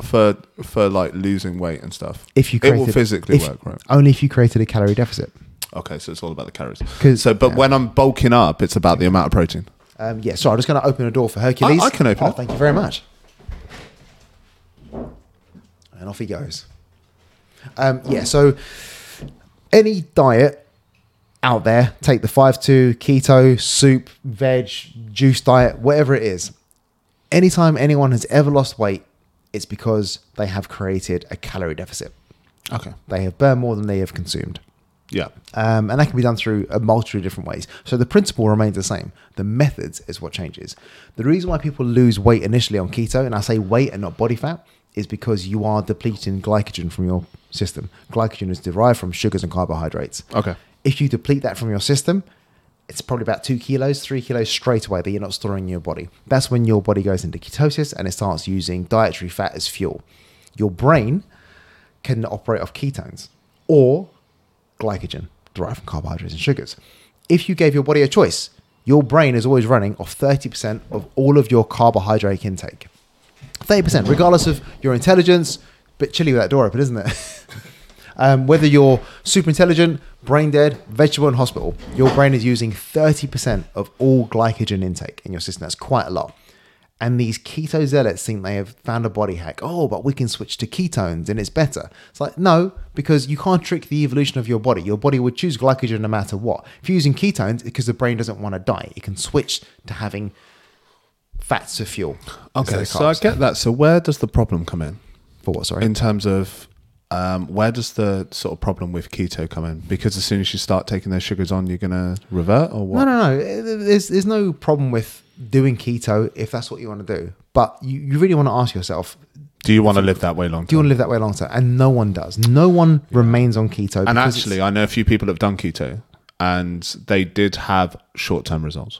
For for like losing weight and stuff.
If you
it
created,
will physically
if-
work, right?
Only if you created a calorie deficit.
Okay, so it's all about the calories.
'Cause-
So, but
yeah.
when I'm bulking up, it's about the amount of protein.
Um, yeah, sorry, I'm just going to open a door for Hercules.
I- I can open
Oh,
it.
Thank you very much. And off he goes. Um, yeah, so any diet out there, take the 5 2, keto, soup, veg, juice diet, whatever it is. Anytime anyone has ever lost weight, it's because they have created a calorie deficit.
Okay.
They have burned more than they have consumed.
Yeah.
Um, and that can be done through a multitude of different ways. So the principle remains the same. The methods is what changes. The reason why people lose weight initially on keto, and I say weight and not body fat, is because you are depleting glycogen from your system. Glycogen is derived from sugars and carbohydrates.
Okay.
If you deplete that from your system, it's probably about two kilos, three kilos straight away that you're not storing in your body. That's when your body goes into ketosis and it starts using dietary fat as fuel. Your brain can operate off ketones or glycogen derived from carbohydrates and sugars. If you gave your body a choice, your brain is always running off 30% of all of your carbohydrate intake. 30%, regardless of your intelligence. Bit chilly with that door open, isn't it? <laughs> um, whether you're super intelligent, brain dead, vegetable in hospital, your brain is using 30% of all glycogen intake in your system. That's quite a lot. And these keto zealots think they have found a body hack. Oh, but we can switch to ketones and it's better. It's like, no, because you can't trick the evolution of your body. Your body would choose glycogen no matter what. If you're using ketones, it's because the brain doesn't want to die, it can switch to having fats to fuel. instead
Okay.
of
So I
carbs.
get that. So where does the problem come in?
For what, sorry?
in terms of um, where does the sort of problem with keto come in? Because as soon as you start taking those sugars on, you're going to revert or
no,
what?
no, no. There's, there's no problem with doing keto if that's what you want to do. But you, you really want to ask yourself,
Do you want to live that way long
do
term?
you want to live that way long term? And no one does. No one remains on keto.
And
because
actually, I know a few people have done keto and they did have short term results.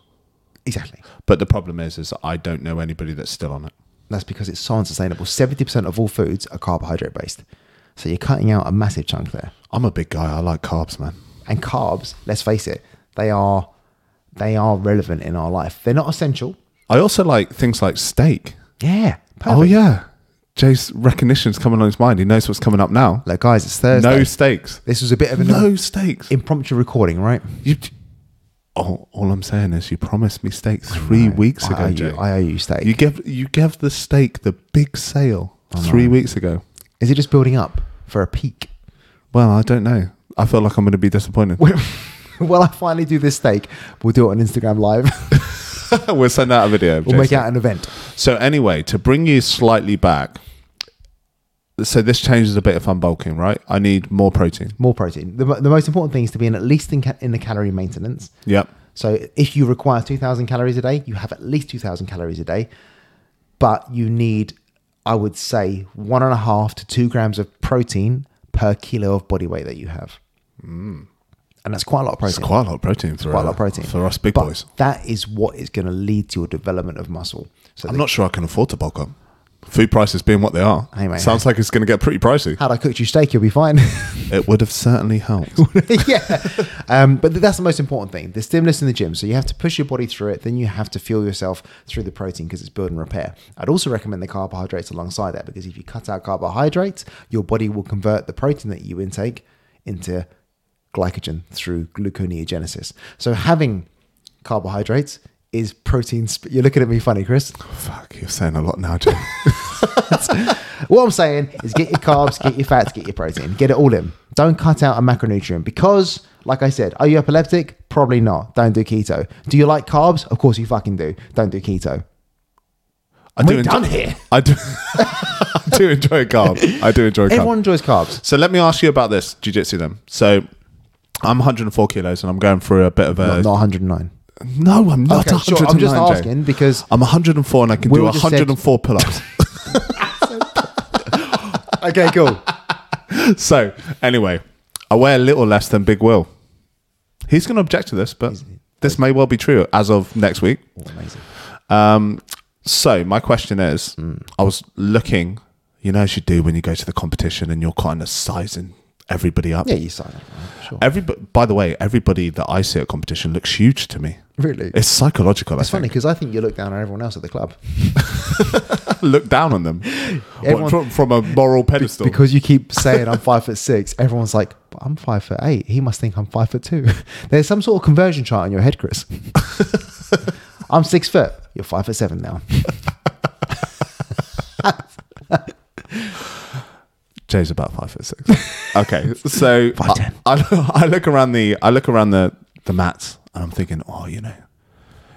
it's- exactly.
But the problem is, is I don't know anybody that's still on it.
That's because it's so unsustainable. 70% of all foods are carbohydrate based. So you're cutting out a massive chunk there.
I'm a big guy. I like carbs, man.
And carbs, let's face it, they are they are relevant in our life. They're not essential.
I also like things like steak.
Yeah.
Oh,
perfect.
yeah. Jay's recognition's coming on his mind. He knows what's coming up now.
Look, guys, it's Thursday.
No steaks.
This was a bit of an
No steaks.
impromptu recording, right?
You, all, all I'm saying is you promised me steak three
No,
weeks
I
ago,
owe you-
Jay.
I owe you steak.
you gave you gave the steak the big sale
I
three
know.
weeks ago.
Is it just building up for a peak? <laughs>
Well, I don't know. I feel like I'm going to be disappointed.
well, I finally do this steak. We'll do it on Instagram
<laughs>
Live. <laughs>
we'll send out a video.
we'll make
Jason.
out an event.
So anyway, to bring you slightly back, so this changes a bit if I'm bulking, right? I need more protein.
More protein. The, mo- the most important thing is to be in at least in, ca- in the calorie maintenance.
Yep.
So if you require 2,000 calories a day, you have at least 2,000 calories a day. But you need, I would say, one and a half to two grams of protein per kilo of body weight that you have. And that's quite a lot of protein.
It's Mm. quite a lot of protein for uh,
quite a lot of protein
for us big
But
boys.
That is what is going to lead to your development of muscle. So
I'm not sure I can afford to bulk up. Food prices being what they are,
Hey, mate.
sounds like it's going to get pretty pricey.
had I cooked you steak, you'll be fine. <laughs>
It would have certainly helped.
yeah, um, but th- that's the most important thing: the stimulus in the gym. So you have to push your body through it. Then you have to fuel yourself through the protein because it's build and repair. I'd also recommend the carbohydrates alongside that because if you cut out carbohydrates, your body will convert the protein that you intake into glycogen through gluconeogenesis. So having carbohydrates is protein. Sp- You're looking at me funny, Chris.
Fuck, you're saying a lot now,
<laughs>
Jim.
What I'm saying is get your carbs, get your fats, get your protein, get it all in. Don't cut out a macronutrient because, like I said, are you epileptic? Probably not. Don't do keto. Do you like carbs? Of course you fucking do. Don't do keto.
I
We're done here.
<laughs> I do. I do enjoy a carb. I do enjoy a carb.
Everyone enjoys carbs.
So let me ask you about this jiu-jitsu then. So I'm 104 kilos and I'm going through a bit of a.
Not 109.
no, I'm not.
Okay, sure, I'm just
109, Jay.
asking <laughs> because
I'm 104 and I can
Will
do
just said-
104 pull-ups. <laughs>
okay, cool.
so anyway, I weigh a little less than Big Will. He's going to object to this, but this may well be true as of next week.
Amazing.
Um, so my question is,
Hmm.
I was looking, you know, as you do when you go to the competition and you're kind of sizing everybody up.
Yeah, you sign up. Sure.
Every, by the way, everybody that I see at competition looks huge to me.
Really?
It's psychological.
It's
I <laughs>
funny because I think you look down on everyone else at the club
think. look down on them
<laughs> Everyone-
from, from a moral pedestal.
because you keep saying I'm five foot six. Everyone's like, but I'm five foot eight. He must think I'm five foot two. <laughs> There's some sort of conversion chart in your head, Chris. <laughs> I'm six foot. You're five foot seven now.
Jay's about five foot six. <laughs> okay, so
Five ten.
I, I, I look around the I look around the the mats and I'm thinking, oh, you know,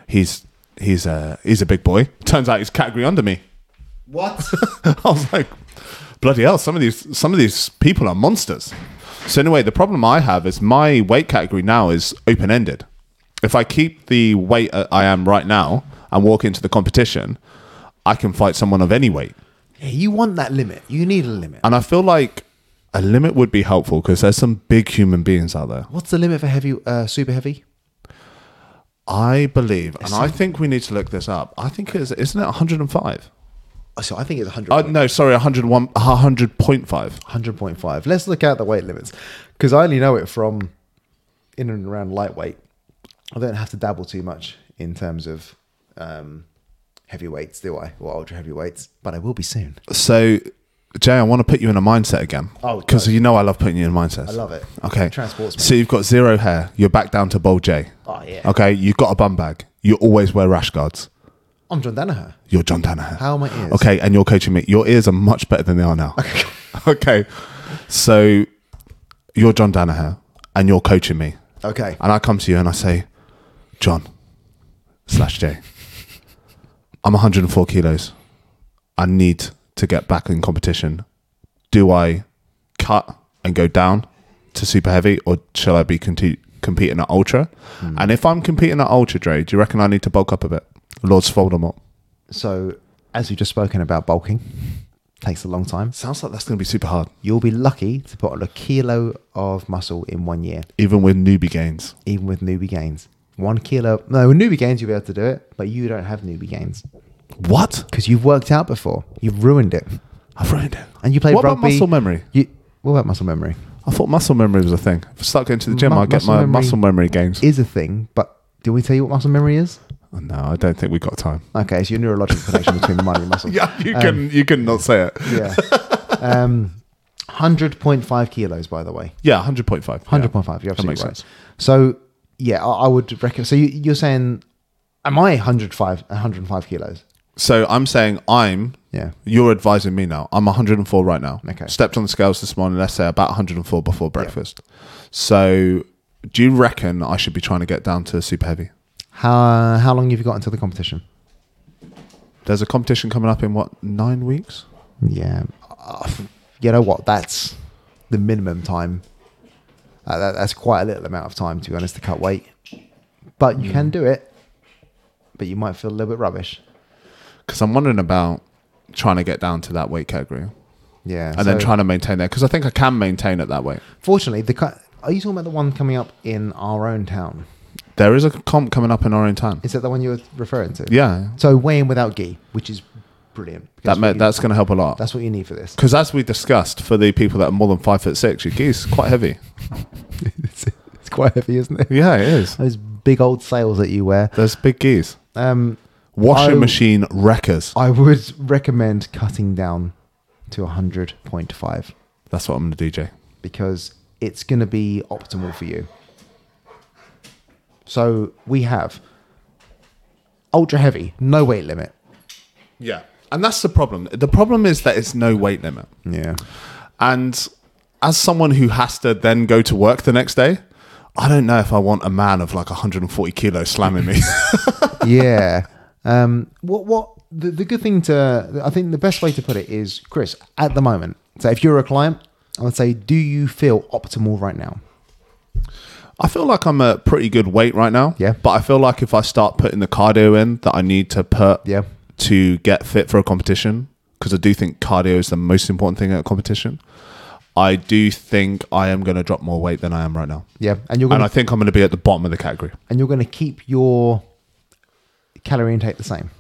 he's he's a he's a big boy. Turns out he's category under me.
What?
<laughs> I was like, bloody hell! Some of these some of these people are monsters. So anyway, the problem I have is my weight category now is open ended. If I keep the weight that I am right now and walk into the competition, I can fight someone of any weight.
Yeah, you want that limit. You need a limit.
And I feel like a limit would be helpful because there's some big human beings out there.
What's the limit for heavy, uh, super heavy?
I believe, and I think we need to look this up. I think it's isn't it 105?
Oh, So I think it's 100.
Uh, no, sorry, 101, 100.5.
100.5. Let's look at the weight limits because I only know it from in and around lightweight. I don't have to dabble too much in terms of um, heavyweights, do I? Or ultra heavyweights, but I will be soon.
So, Jay, I want to put you in a mindset again.
Oh, go.
because you know I love putting you in mindsets.
I love it.
Okay.
It transports me.
So you've got zero hair. You're back down to bold Jay.
Oh, yeah.
Okay. You've got a bum bag. You always wear rash guards.
I'm John Danaher.
You're John Danaher.
How are my ears?
Okay, and you're coaching me. Your ears are much better than they are now. <laughs> Okay. So you're John Danaher and you're coaching me.
Okay.
And I come to you and I say, John slash Jay, I'm 104 kilos. I need to get back in competition. Do I cut and go down to super heavy or shall I be conti- competing at ultra?
Hmm.
And if I'm competing at ultra, Dre, do you reckon I need to bulk up a bit? Lord Voldemort.
So, as we've just spoken about bulking, takes a long time.
Sounds like that's going to be super hard.
You'll be lucky to put on a kilo of muscle in one year,
even with newbie gains.
even with newbie gains. One kilo. No, with newbie gains, you'll be able to do it, but you don't have newbie gains
What?
because you've worked out before. You've ruined it.
I've ruined it.
And you play
what
rugby.
about muscle memory?
You, what about muscle memory?
I thought muscle memory was a thing. If I start going to the gym,
Mu-
I'll get
muscle
my
memory
muscle memory gains.
Is a thing, but do we tell you what muscle memory is?
Oh, no, I don't think we got time. Um,
Okay, it's your neurological connection between the mind and muscle.
<laughs> Yeah, you can you can not say it.
Yeah. Um, 100.5 kilos, by the way.
Yeah, 100.5. yeah.
100.5. You're
That
absolutely
makes
right.
sense.
So yeah, I, I would recommend. So you, you're saying, am I 105, 105 kilos?
So I'm saying I'm.
Yeah.
You're advising me now. I'm 104 right now.
Okay.
Stepped on the scales this morning. Let's say about 104 before breakfast. So, do you reckon I should be trying to get down to super heavy?
How how long have you got until the competition?
There's a competition coming up in what nine weeks?
Yeah, Uh, you know what? That's the minimum time. Uh, that, that's quite a little amount of time, to be honest, to cut weight. But you
Mm.
can do it. But you might feel a little bit rubbish.
Because I'm wondering about trying to get down to that weight category
Yeah,
and then trying to maintain there. Because I think I can maintain it that way.
Fortunately, the cu- are you talking about the one coming up in our own town?
There is a comp coming up in our own town.
Is that the one you were referring to?
Yeah,
So weighing without gi, which is brilliant.
that
That's
ma-
what you-
that's going to help a lot.
that's what you need for this.
Because as we discussed, for the people that are more than five foot six, your gee's quite heavy.
<laughs> it's, it's quite heavy, isn't it?
Yeah, it is.
<laughs> Those big old sails that you wear.
There's big geese.
Um,
Washing
I-
machine wreckers.
I would recommend cutting down to 100.5
That's what I'm going to DJ.
because it's going to be optimal for you. So we have ultra heavy, no weight limit.
Yeah. And that's the problem. The problem is that it's no weight limit.
Yeah.
And as someone who has to then go to work the next day, I don't know if I want a man of like 140 kilos slamming <laughs> me.
yeah. Um, what what the, the good thing to I think the best way to put it is Chris at the moment. So if you're a client, I would say, do you feel optimal right now?
I feel like I'm at pretty good weight right now.
Yeah.
But I feel like if I start putting the cardio in that I need to put
Yeah.
to get fit for a competition, because I do think cardio is the most important thing at a competition, I do think I am going to drop more weight than I am right now.
Yeah, and you're
And
gonna
I think I'm going to be at the bottom of the category.
and you're gonna keep your calorie intake the same.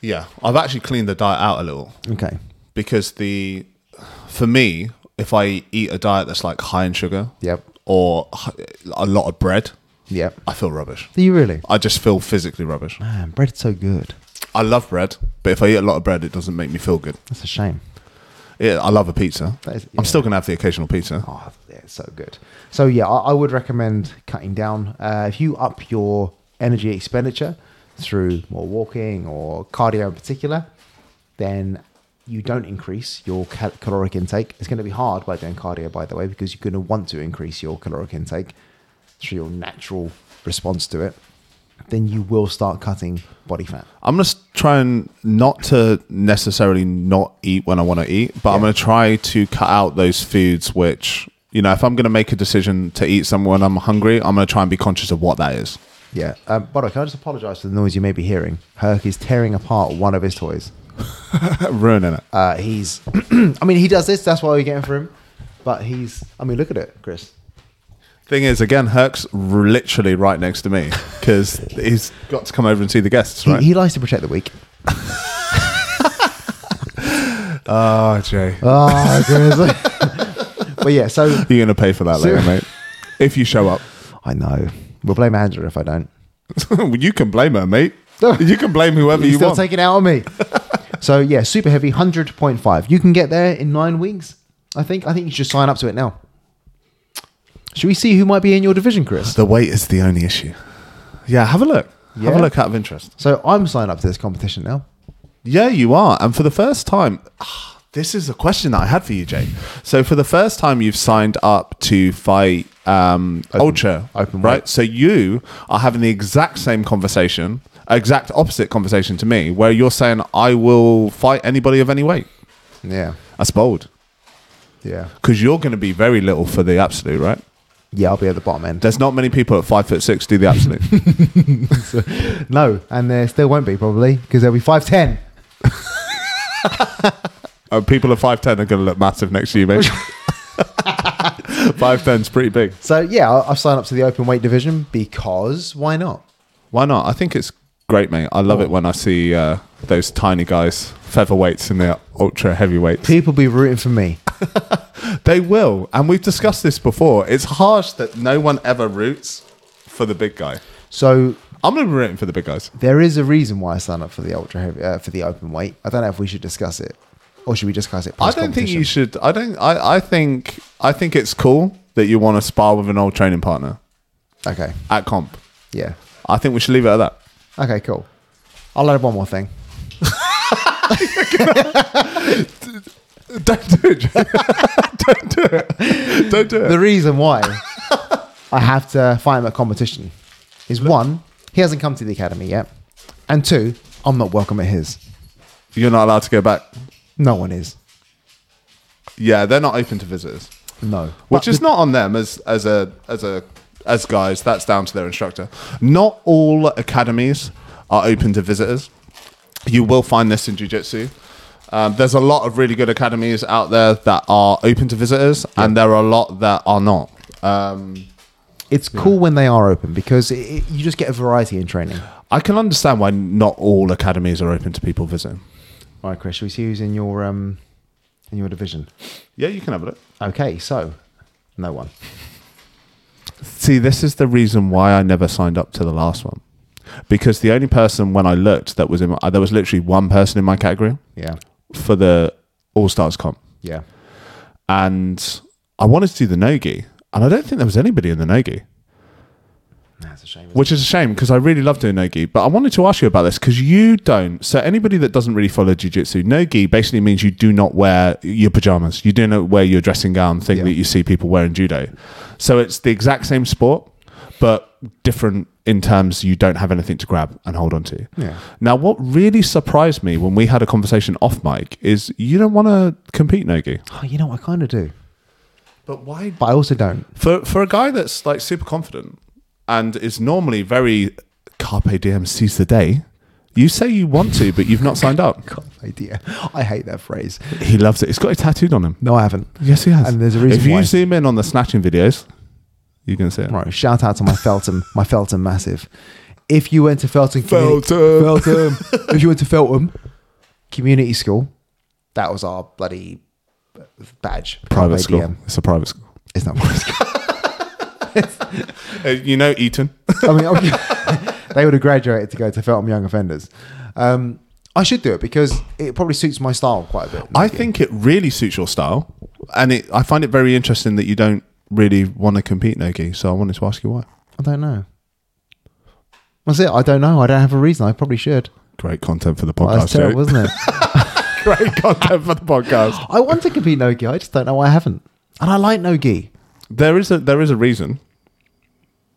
Yeah. I've actually cleaned the diet out a little
Okay.
because the, for me, if I eat a diet that's like high in sugar
Yep.
or hi- a lot of bread,
Yep.
I feel rubbish.
Do you really?
I just feel physically rubbish.
Man, bread's so good.
I love bread, but if I eat a lot of bread, it doesn't make me feel good.
That's a shame.
Yeah, I love a pizza.
That is-
I'm still going to have the occasional pizza.
Oh, yeah, it's so good. So yeah, I, I would recommend cutting down. Uh, if you up your energy expenditure through more walking or cardio in particular, then you don't increase your cal- caloric intake. It's going to be hard by doing cardio, by the way, because you're going to want to increase your caloric intake through your natural response to it. Then you will start cutting body fat.
I'm going to try and not to necessarily not eat when I want to eat, but I'm
Yeah.
going to try to cut out those foods which, you know, if I'm going to make a decision to eat somewhere when I'm hungry, I'm going to try and be conscious of what that
<laughs>
is.
Yeah. Um, by the way, can I just apologise for the noise you may be hearing? Herc is tearing apart one of his toys.
Ruining it.
Uh, he's, <clears throat> I mean, he does this. That's why we get him for him. But he's, I mean, look at it, Chris.
Thing is, again, Herc's r- literally right next to me because he's got to come over and see the guests,
He,
right?
he likes to protect the weak.
oh, Jay.
Oh, Chris. <laughs> but yeah, so
You're going to pay for that
So-
later, mate. If you show up.
I know. We'll blame Andrew if I don't.
Well, <laughs> you can blame her, mate. You can blame whoever
He's
you
still
want.
taking it out on me. <laughs> so yeah, super heavy, hundred point five. You can get there in nine weeks. I think. I think you should sign up to it now. Should we see who might be in your division, Chris?
the weight is the only issue. Yeah, have a look.
Yeah.
Have a look out of interest.
So I'm signed up to this competition now.
Yeah, you are. And for the first time, ah, this is a question that I had for you, Jake. So for the first time, you've signed up to fight um, Ultra,
open
right?
weight.
So you are having the exact same conversation, exact opposite conversation to me, where you're saying, "I will fight anybody of any weight."
Yeah.
That's bold
Yeah.
because you're going to be very little for the absolute, right?
Yeah, I'll be at the bottom end.
There's not many people at five foot six do the absolute.
No, and there still won't be probably because there'll be five ten.
Uh, people at five ten are going to look massive next to you, <laughs> mate. Five ten's pretty big.
So yeah, I- I've signed up to the open weight division because why not?
Why not? I think it's great, mate. I love it when I see uh, those tiny guys, featherweights, and their ultra heavyweights.
People be rooting
<laughs>
for me.
They will, and we've discussed this before. It's harsh that no one ever roots for the big guy.
So
I'm going to be rooting for the big guys.
there is a reason why I signed up for the ultra heavy uh, for the open weight. I don't know if we should discuss it, or should we discuss it?
I
post
don't think
competition?
you should. I don't. I, I think. I think it's cool that you want to spar with an old training partner.
Okay.
at comp.
Yeah.
I think we should leave it at that.
Okay, cool. I'll add one more thing.
Don't do it. <laughs> Joe. Don't do it. Don't do it.
The
<laughs>
reason why I have to fight him at competition is one, he hasn't come to the academy yet. And two, I'm not welcome at his.
You're not allowed to go back.
No one is.
Yeah, they're not open to visitors,
No.
which is not on them as as a as a as guys. That's down to their instructor. Not all academies are open to visitors. You will find this in jiu-jitsu. Um, there's a lot of really good academies out there that are open to visitors, and there are a lot that are not. Um,
It's cool when they are open because it, it- you just get a variety in training.
I can understand why not all academies are open to people visiting.
All right, Chris, shall we see who's in your um, in your division?
Yeah, you can have a look.
Okay, so no one.
See, this is the reason why I never signed up to the last one. Because the only person when I looked that was in my, uh, there was literally one person in my category
Yeah,
for the All Stars comp.
yeah.
And I wanted to do the Nogi. And I don't think there was anybody in the Nogi,
That's a shame.
which is a shame because I really love doing Nogi. But I wanted to ask you about this because you don't. So, anybody that doesn't really follow Jiu Jitsu, Nogi basically means you do not wear your pajamas. You do not wear your dressing gown thing
Yeah.
that you see people wear in judo. So, it's the exact same sport, but different in terms you don't have anything to grab and hold on to.
Yeah.
Now, what really surprised me when we had a conversation off mic is you don't want to compete Nogi.
Oh, you know, I kind of do,
But why
but I also don't. <laughs>
for for a guy that's like super confident and is normally very carpe diem, seize the day. You say you want to, but you've not signed
<laughs>
up.
God, idea. I hate that phrase.
He loves it. He's got it tattooed on him.
No, I haven't.
Yes, he has.
And there's a reason
If you
why.
zoom in on the snatching videos, you can see it.
Right, shout out to my Felton, my Felton massive. If you went to Felton, communi-
Feltham.
Feltham. if you went to Felton Community School, that was our bloody badge.
Private
Carpe
school.
diem.
It's a private school.
It's not private school.
Uh, you know Eton.
I mean, I'm- <laughs> they would have graduated to go to Feltham Young Offenders. Um, I should do it because it probably suits my style quite a bit.
I think it really suits your style, and it, I find it very interesting that you don't really want to compete Nogi. So I wanted to ask you why.
I don't know. That's it. I don't know. I don't have a reason. I probably should.
Great content for the
Well, that's
podcast.
terrible,
Joe.
wasn't
<laughs>
it?
Great content for the podcast.
I want to compete no gi. I just don't know why I haven't. And I like no gi.
There is a there is a reason.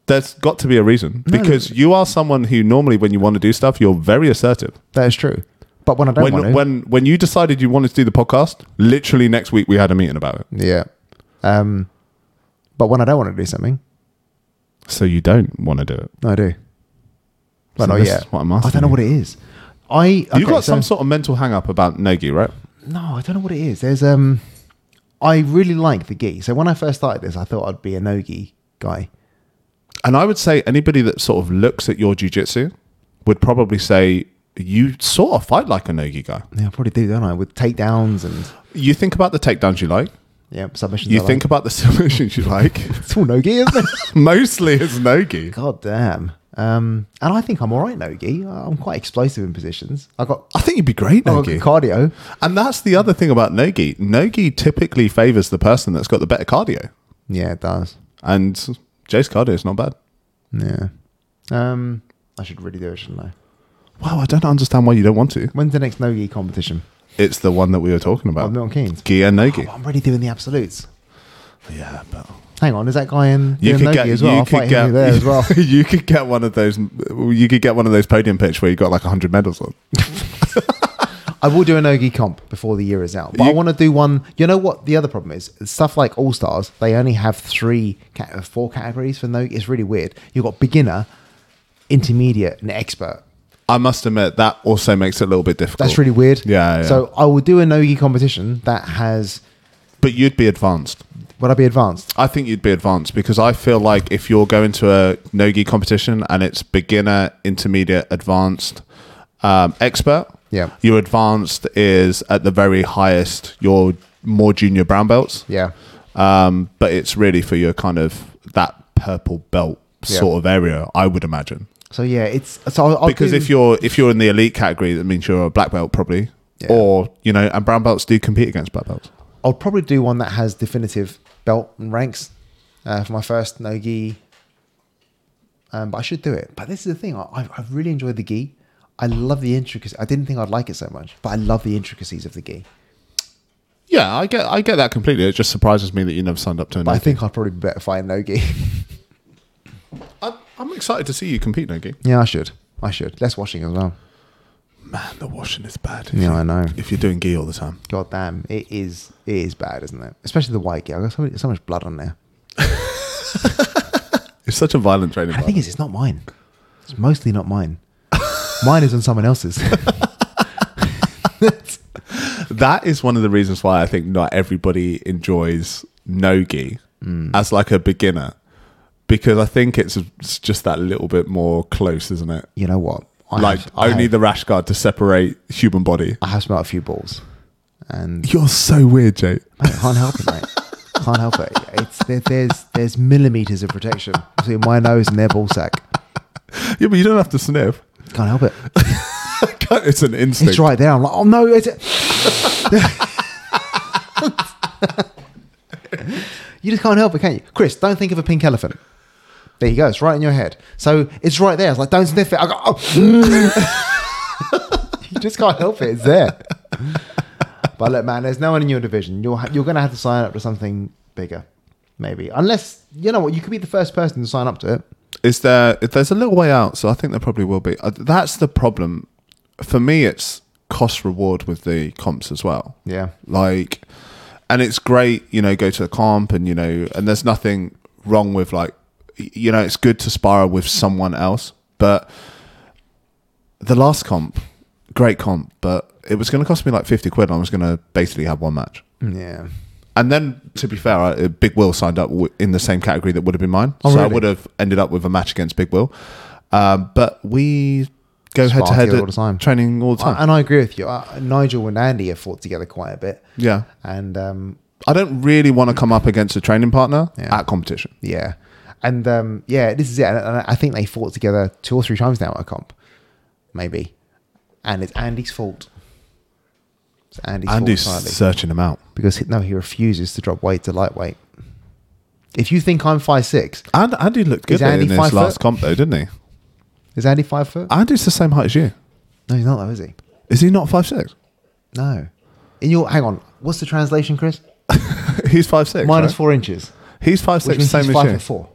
There's got to be a reason because you are someone who normally, when you want to do stuff, you're very assertive.
That is true. But when I don't
When
want to,
when when you decided you wanted to do the podcast, literally next week we had a meeting about it.
yeah. Um, but when I don't want to do something,
So you don't want to do it.
I do. But
So
not
this
yet.
is what I'm
I
asking
don't know
you.
what it is. I
you
okay,
got
so-
some sort of mental hang up about Nogi, right?
No, I don't know what it is. There's um, I really like the gi. So when I first started this, I thought I'd be a no gi guy.
And I would say anybody that sort of looks at your jujitsu would probably say you sort of fight like a Nogi guy.
Yeah, I probably do, don't I? With takedowns and
You think about the takedowns you like.
yeah submissions.
You
I
think
like.
about the <laughs> submissions you like.
it's all no gi, isn't it? <laughs>
Mostly it's Nogi.
God damn. Um, and I think I'm all right no gi. I'm quite explosive in positions. I got,
I think you'd be great,
I got
Nogi.
good cardio.
And that's the other thing about Nogi. Nogi typically favors the person that's got the better cardio.
Yeah, it does.
And Jay's cardio is not bad.
Yeah. Um, I should really do it, shouldn't I?
Wow, I don't understand why you don't want to.
When's the next no gi competition?
It's the one that we were talking
Oh,
about.
Milton Keynes.
Gi and Nogi.
Oh, I'm really doing the absolutes.
Yeah, but
Hang on, is that guy in
you
doing
could
no
get
gi as well?
you
I'll
could
fight
get
him there as well.
<laughs>
<laughs>
you could get one of those you could get one of those podium pitch where you got like 100 medals on.
I will do an Ogi comp before the year is out, but I
You-
want to do one. You know what? The other problem is stuff like All Stars. They only have three, ca- uh, four categories for no. It's really weird. You've got beginner, intermediate, and expert.
I must admit that also makes it a little bit difficult.
That's really weird.
Yeah, yeah.
So I will do an Ogi competition that has.
But you'd be advanced.
Would I be advanced?
I think you'd be advanced because I feel like if you're going to a nogi competition and it's beginner, intermediate, advanced, um, expert,
Yeah.
your advanced is at the very highest. Your more junior brown belts,
Yeah.
um, but it's really for your kind of that purple belt
Yeah.
sort of area, I would imagine.
So yeah, it's so I'll, I'll
Because
do-
if you're if you're in the elite category, that means you're a black belt probably,
Yeah.
or you know, and brown belts do compete against black belts.
I'll probably do one that has definitive belt and ranks uh, for my first Nogi um, but I should do it. But this is the thing, I, I've, I've really enjoyed the gi. I love the intricacies. I didn't think I'd like it so much, but I love the intricacies of the gi.
Yeah, I get I get that completely. It just surprises me that you never signed up to an.
But I think I'd probably be better fighting no gi.
I'm, I'm excited to see you compete, Nogi.
<laughs> yeah, I should. I should. Less washing as well.
Man, the washing is bad. if
Yeah,
you-
I know.
If you're doing gi all the time,
God damn, it is it is bad, isn't it? Especially the white gi. I got so, many- so much blood on there.
it's such a violent training.
And the thing is, it's not mine. It's mostly
<laughs>
not mine. mine is on someone else's.
That is one of the reasons why I think not everybody enjoys nogi
Hmm.
as like a beginner, because I think it's, it's just that little bit more close, isn't it?
you know what? I
like
have, I
only
have,
the rash guard to separate human body.
I have smelt a few balls, and
You're so weird, Jake.
I can't help it, mate. Can't help it. It's there, there's there's millimeters of protection between my nose and their ball sack.
Yeah, but you don't have to sniff. <laughs>
Can't help it.
it's an instinct.
It's right there. I'm like, oh no, it's. you just can't help it, can you, Chris? Don't think of a pink elephant. There you go. It's right in your head. So it's right there. It's like, don't sniff it. I go, oh. <laughs> you just can't help it. It's there. But look, man, there's no one in your division. You're ha- you're going to have to sign up to something bigger, maybe. Unless you know what, you could be the first person to sign up to it.
is there if there's a little way out so i think there probably will be Uh, that's the problem for me it's cost reward with the comps as well
Yeah.
like and it's great you know go to the comp and you know and there's nothing wrong with like y- you know it's good to spar with someone else but the last comp great comp but it was going to cost me like 50 quid and i was going to basically have one match
Mm, Yeah.
and then, to be fair, I, Big Will signed up w- in the same category that would have been mine,
Oh,
so I
really?
would have ended up with a match against Big Will. Um, but we go head
Sparring
to head
all the time.
training all the time.
I- and I agree with you. I, Nigel and Andy have fought together quite a bit.
yeah,
and um,
I don't really want to come up against a training partner
Yeah.
at competition.
yeah, and um, yeah, this is it. And and I think they fought together two or three times now at a comp, maybe, and it's Andy's fault. It's Andy's
Andy's
fault entirely
searching him out.
because he, no, he refuses to drop weight to lightweight. If you think I'm five six,
And Andy looked good
Is Andy
in this
five
last
foot?
comp, though, didn't he?
is Andy five foot?
Andy's the same height as you.
no, he's not though, is he?
Is he not five six? <laughs>
No. In your hang on, what's the translation, Chris?
He's five six.
Minus four inches,
He's five six,
which means
same
he's
as
five
you.
foot four.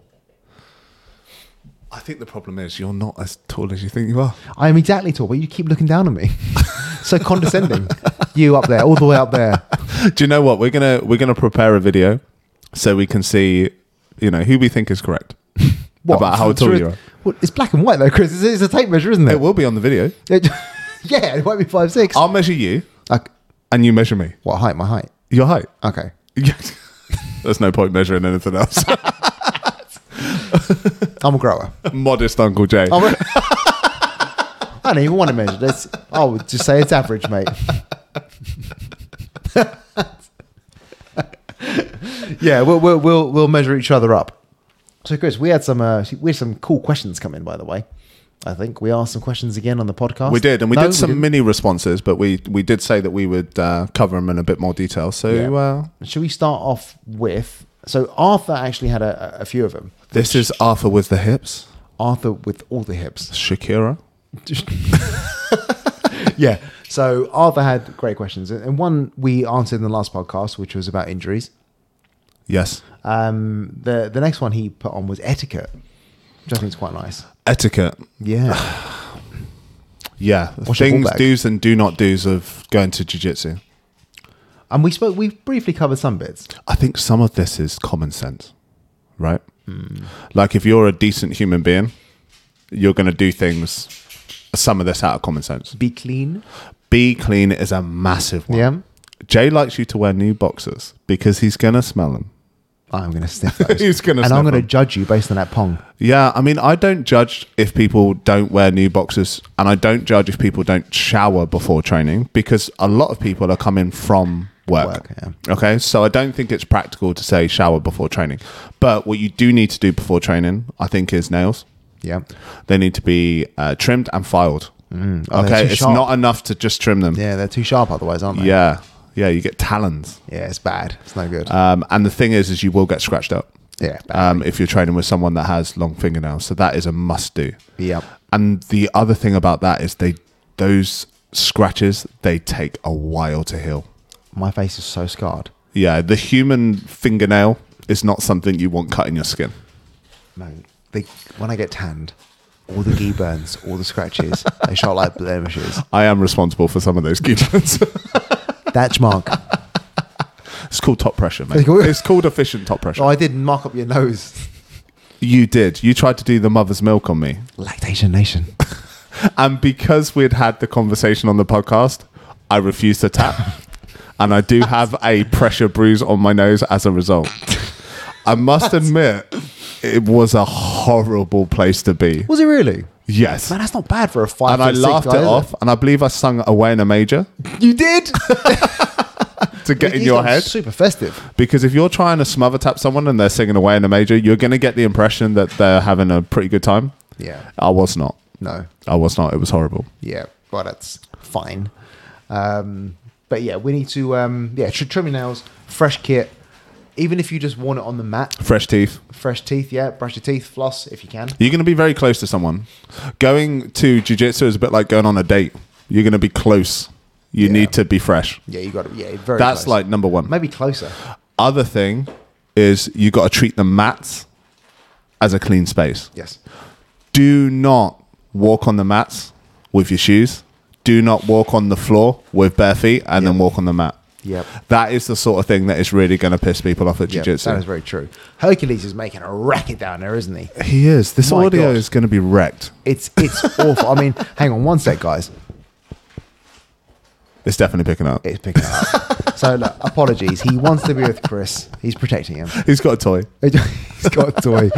I think the problem is you're not as tall as you think you are.
I am exactly tall, but you keep looking down
<laughs>
on me. so condescending. you up there, all the way up there.
Do you know what we're gonna we're gonna prepare a video so we can see you know who we think is
<laughs>
correct about how
It's
tall
really-
you are.
Well, it's black and white though, Chris. It's, it's a tape measure, isn't
It
it?
will be on the video.
It- <laughs> Oh. yeah, it won't be five six.
I'll measure you
like,
and you measure me.
what height? My height.
Your height. <laughs>
Okay.
There's no point measuring anything else. <laughs>
I'm a grower.
Modest Uncle Jay.
I'm a- <laughs> I don't even want to measure this. I would just say it's average, mate. <laughs> yeah, we'll, we'll we'll we'll measure each other up. So, Chris, we had some uh, we had some cool questions come in, by the way. I think we asked some questions again on the podcast.
We did, and we
No,
did some
didn't.
mini responses, but we we did say that we would uh, cover them in a bit more detail. So
Yeah.
uh,
Should we start off with? So Arthur actually had a, a few of them.
this is Arthur with the hips,
Arthur with all the hips. <laughs>
Shakira.
yeah. So Arthur had great questions, and- and one we answered in the last podcast, which was about injuries.
Yes,
Um, the the next one he put on was etiquette, which I think is quite nice.
etiquette.
Yeah.
Yeah,
What's your
things
fallback?
do's and do not do's of going to jujitsu.
<sighs> and we spoke. We briefly covered some bits.
I think some of this is common sense, right? Hmm. Like if you're a decent human being, you're going to do things. Some of this out of common sense.
Be clean.
Be clean is a massive one.
Yeah.
Jay likes you to wear new boxers because he's going to smell them.
I'm going
<laughs>
to sniff those.
He's gonna
and
sniff
I'm going to
them.
judge you based on that pong.
Yeah, I mean, I don't judge if people don't wear new boxers, and I don't judge if people don't shower before training because a lot of people are coming from work.
Work, yeah.
Okay, so I don't think it's practical to say shower before training. But what you do need to do before training, I think, is nails.
Yeah.
They need to be uh, trimmed and filed.
Oh, they're
okay,
too
it's
sharp.
not enough to just trim them.
Yeah, they're too sharp otherwise, aren't they?
yeah, yeah you get talons.
Yeah, it's bad. It's no good.
Uh, Um, and the thing is, is you will get scratched up.
Yeah.
um, if you're trading with someone that has long fingernails. So that is a must do.
Yep.
And the other thing about that is they those scratches they take a while to heal.
My face is so scarred.
Yeah, the human fingernail is not something you want cutting your skin.
Man, they, when I get tanned, all the gee burns, all the scratches, they show up like blemishes.
I am responsible for some of those keyboards.
That's mark.
<laughs> it's called top pressure, mate.
Cool.
It's called efficient top pressure.
No, Oh, I didn't mark up your nose.
You did. You tried to do the mother's milk on me.
Lactation Nation.
And because we'd had the conversation on the podcast, I refused to
<laughs>
tap. and I do have a pressure bruise on my nose as a result. I must admit, it was a horrible place to be.
Was it really?
Yes.
Man,
And
that's not bad for a five.
I
foot six
laughed
guy,
it
is
off. And I believe I sung Away in a Major
You did.
to get in
He's
your
gone
head.
Super festive.
Because if you're trying to smother tap someone and they're singing Away in a Major, you're going to get the impression that they're having a pretty good time.
Yeah.
I was not.
No.
I was not. It was horrible.
Yeah. Well, that's fine. Um, but yeah, we need to. Um, yeah, tr- trim your nails, fresh kit. Even if you just worn it on the mat,
Fresh teeth.
fresh teeth. Yeah, brush your teeth, floss if you can.
You're going to be very close to someone. Going to jujitsu is a bit like going on a date. You're going to be close. You
Yeah.
need to be fresh.
Yeah, you got to. Yeah, very.
That's
close.
like number one.
maybe closer.
Other thing is you got to treat the mats as a clean space.
Yes.
Do not walk on the mats with your shoes. Do not walk on the floor with bare feet and then walk on the mat.
Yep.
That is the sort of thing that is really going to piss people off at
Yep,
jiu-jitsu.
that is very true. Hercules is making a racket down there, isn't he?
he is. This
My
audio
God.
is going to be wrecked.
It's it's <laughs> awful. I mean, hang on one sec, guys.
It's definitely picking up.
It's
<laughs>
picking up. So look, apologies. He wants to be with Chris. He's protecting him. <laughs>
He's got a toy.
He's got a toy.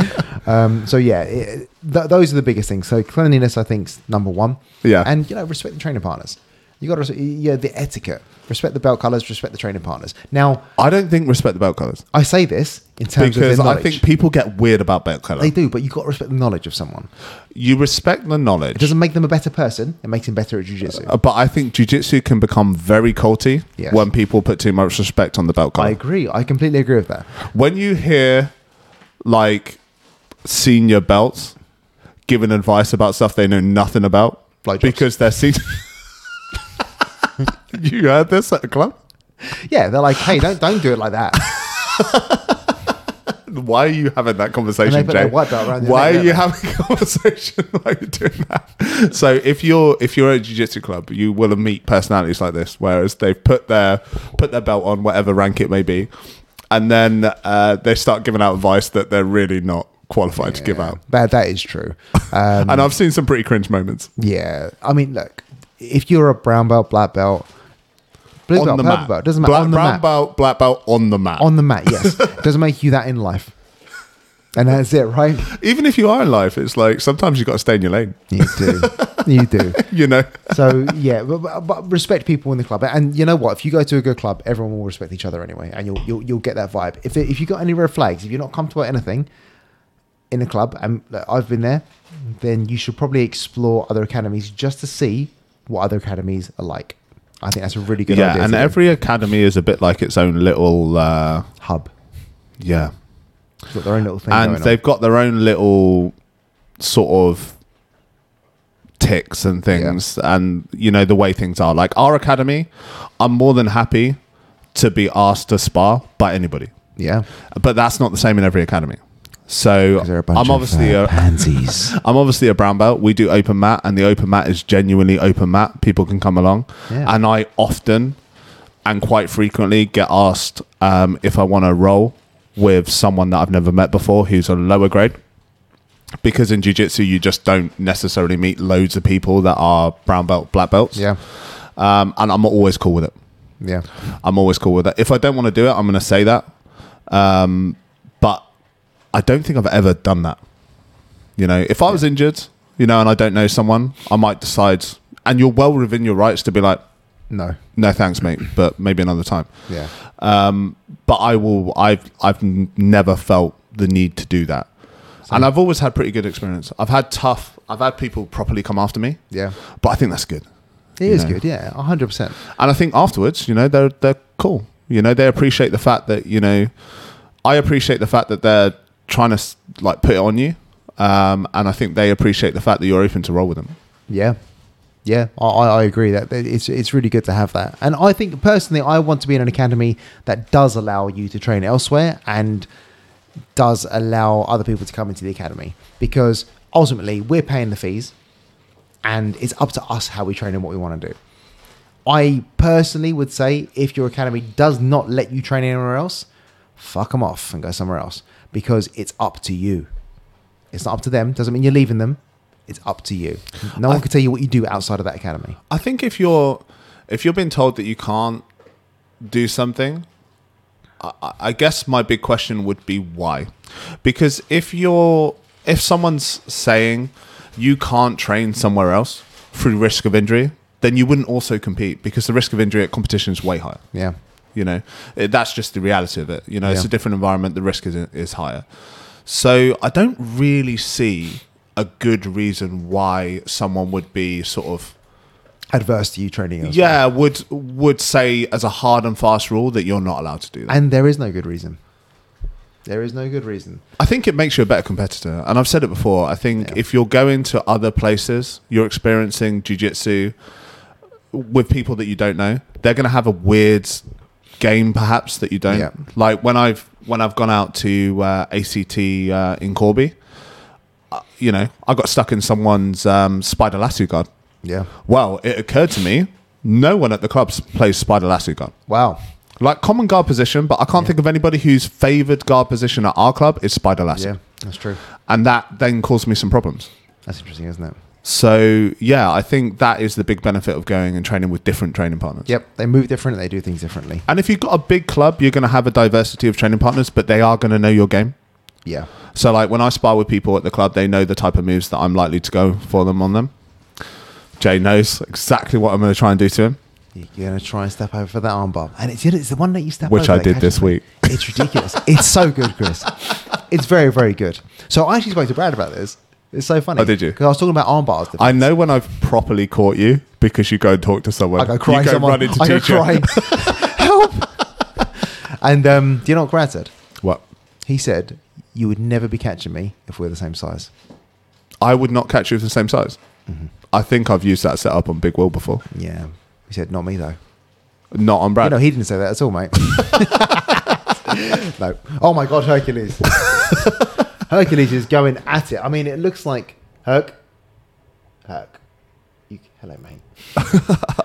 Um, so yeah, it, th- those are the biggest things. So cleanliness, I think, is number one.
Yeah.
and you know, respect the training partners. You got to yeah the etiquette, respect the belt colors, respect the training partners. Now
I don't think respect the belt colors.
I say this in terms of
because
their
I
knowledge.
think people get weird about belt
they
color.
do, but you got to respect the knowledge of someone.
You respect the
It
knowledge,
doesn't make them a better person. It makes them better at jujitsu.
uh, but I think jujitsu can become very culty
Yes.
when people put too much respect on the belt
I
color.
agree. I completely agree with that.
When you hear like senior belts giving advice about stuff they know nothing about
Blowjobs.
because they're senior. <laughs> you heard this at a club?
Yeah, they're like, hey, don't don't do it like that.
Why are you having that conversation,
And they put
Jay?
their white belt around their
Why
neck,
are you
don't
having a <laughs> conversation while you're doing that? So if you're if you're at a jiu-jitsu club, you will meet personalities like this, whereas they've put their put their belt on, whatever rank it may be, and then uh, they start giving out advice that they're really not qualified to give out.
That that is true. Um,
And I've seen some pretty cringe moments.
yeah, I mean, look, if you're a brown belt, black belt, blue belt, purple belt, doesn't matter
Black-
on the
brown
mat.
belt, black belt on the mat.
On the mat, yes, doesn't make you that in life. And that's it, right?
Even if you are in life, it's like sometimes you got to stay in your lane.
You do, you do.
You know,
So yeah, but, but, but respect people in the club, and you know what? If you go to a good club, everyone will respect each other anyway, and you'll you'll, you'll get that vibe. If there- if you got any red flags, if you're not comfortable at anything in a club, and like, I've been there, then you should probably explore other academies just to see what other academies are like. I think that's a really good idea.
yeah. And
to do.
every academy is a bit like its own little, uh,
hub
yeah.
has got their own little thing.
and
going
they've got their own little sort of ticks and things and you know the way things are like our academy i'm more than happy to be asked to spar by anybody
on. yeah,
but that's not the same in every academy so
there are a bunch
i'm
of,
obviously
uh,
a
pansies.
I'm obviously a brown belt. We do open mat, and the open mat is genuinely open mat. People can come along,
Yeah.
and I often and quite frequently get asked um, if I want to roll with someone that I've never met before, who's a lower grade. Because in jiu-jitsu, you just don't necessarily meet loads of people that are brown belt, black belts.
<laughs> yeah,
Um, and I'm always cool with it.
yeah,
I'm always cool with that. If I don't want to do it, I'm going to say that. Um, but I don't think I've ever done that. You know, if I was injured, you know, and I don't know someone, I might decide, and you're well within your rights to be like,
no,
no, thanks, mate, but maybe another time.
yeah,
Um, but I will. I've I've n- never felt the need to do that, and I've always had pretty good experience. I've had tough. I've had people properly come after me,
yeah.
but I think that's good.
It is
know.
good. Yeah, hundred percent.
And I think afterwards, you know, they're they're cool. You know, they appreciate the fact that you know, I appreciate the fact that they're trying to s- like put it on you, um, and I think they appreciate the fact that you're open to roll with them.
Yeah, yeah, I, I I agree that that it's it's really good to have that. And I think personally, I want to be in an academy that does allow you to train elsewhere and does allow other people to come into the academy because ultimately we're paying the fees, and it's up to us how we train and what we want to do. I personally would say if your academy does not let you train anywhere else, fuck them off and go somewhere else because it's up to you. It's not up to them. Doesn't mean you're leaving them. It's up to you. No one can tell you what you do outside of that academy.
I think if you're if you're being told that you can't do something, I, I- I guess my big question would be why, because if you're if someone's saying you can't train somewhere else through risk of injury, then you wouldn't also compete because the risk of injury at competition is way higher.
Yeah.
You know, It- that's just the reality of it. You know, it's
Yeah.
a different environment. The risk is is higher. So I don't really see a good reason why someone would be sort of
Adverse to you training. Elsewhere.
yeah would would say as a hard and fast rule that you're not allowed to do that
And there is no good reason. There is no good reason.
i think it makes you a better competitor and i've said it before i think
Yeah.
if you're going to other places you're experiencing jiu-jitsu with people that you don't know they're going to have a weird game perhaps that you don't
Yeah.
like when i've when i've gone out to uh, act uh, in corby uh, you know i got stuck in someone's um, spider lasso guard
Yeah.
well it occurred to me no one at the club plays spider lasso guard
Wow.
Like common guard position, but I can't think of anybody whose favoured guard position at our club is Spider Lasso.
Yeah, that's true.
And that then caused me some problems.
That's interesting, isn't it?
So yeah, I think that is the big benefit of going and training with different training partners.
Yep. They move different. They do things differently.
And if you've got a big club, you're gonna have a diversity of training partners, but they are gonna know your game.
Yeah.
So like when I spar with people at the club, they know the type of moves that I'm likely to go for them on them. Jay knows exactly what I'm gonna try and do to him.
You're gonna try and step over for that armbar, and it's it's the one that you step
Which
over
I
that
did
catches
this
me.
week.
It's ridiculous. it's so good, Chris. It's very very good. So I actually spoke to Brad about this. It's so funny.
Oh, did you?
Because I was talking about armbars.
I know when I've properly caught you because you go and talk to someone.
I go cry.
You go
someone.
run into
I go
teacher. <laughs>
cry. Help! And um, do you know what Brad said?
What?
He said, "You would never be catching me if we're the same size."
I would not catch you with the same size.
Mm-hmm.
I think I've used that setup on Big Will before,
Yeah. He said, "Not me though."
not on
You
Brad.
know, he didn't say that at all, mate. <laughs> no. Oh my God, Hercules. <laughs> Hercules is going at it. I mean, it looks like Herc. Herc. You, hello, mate.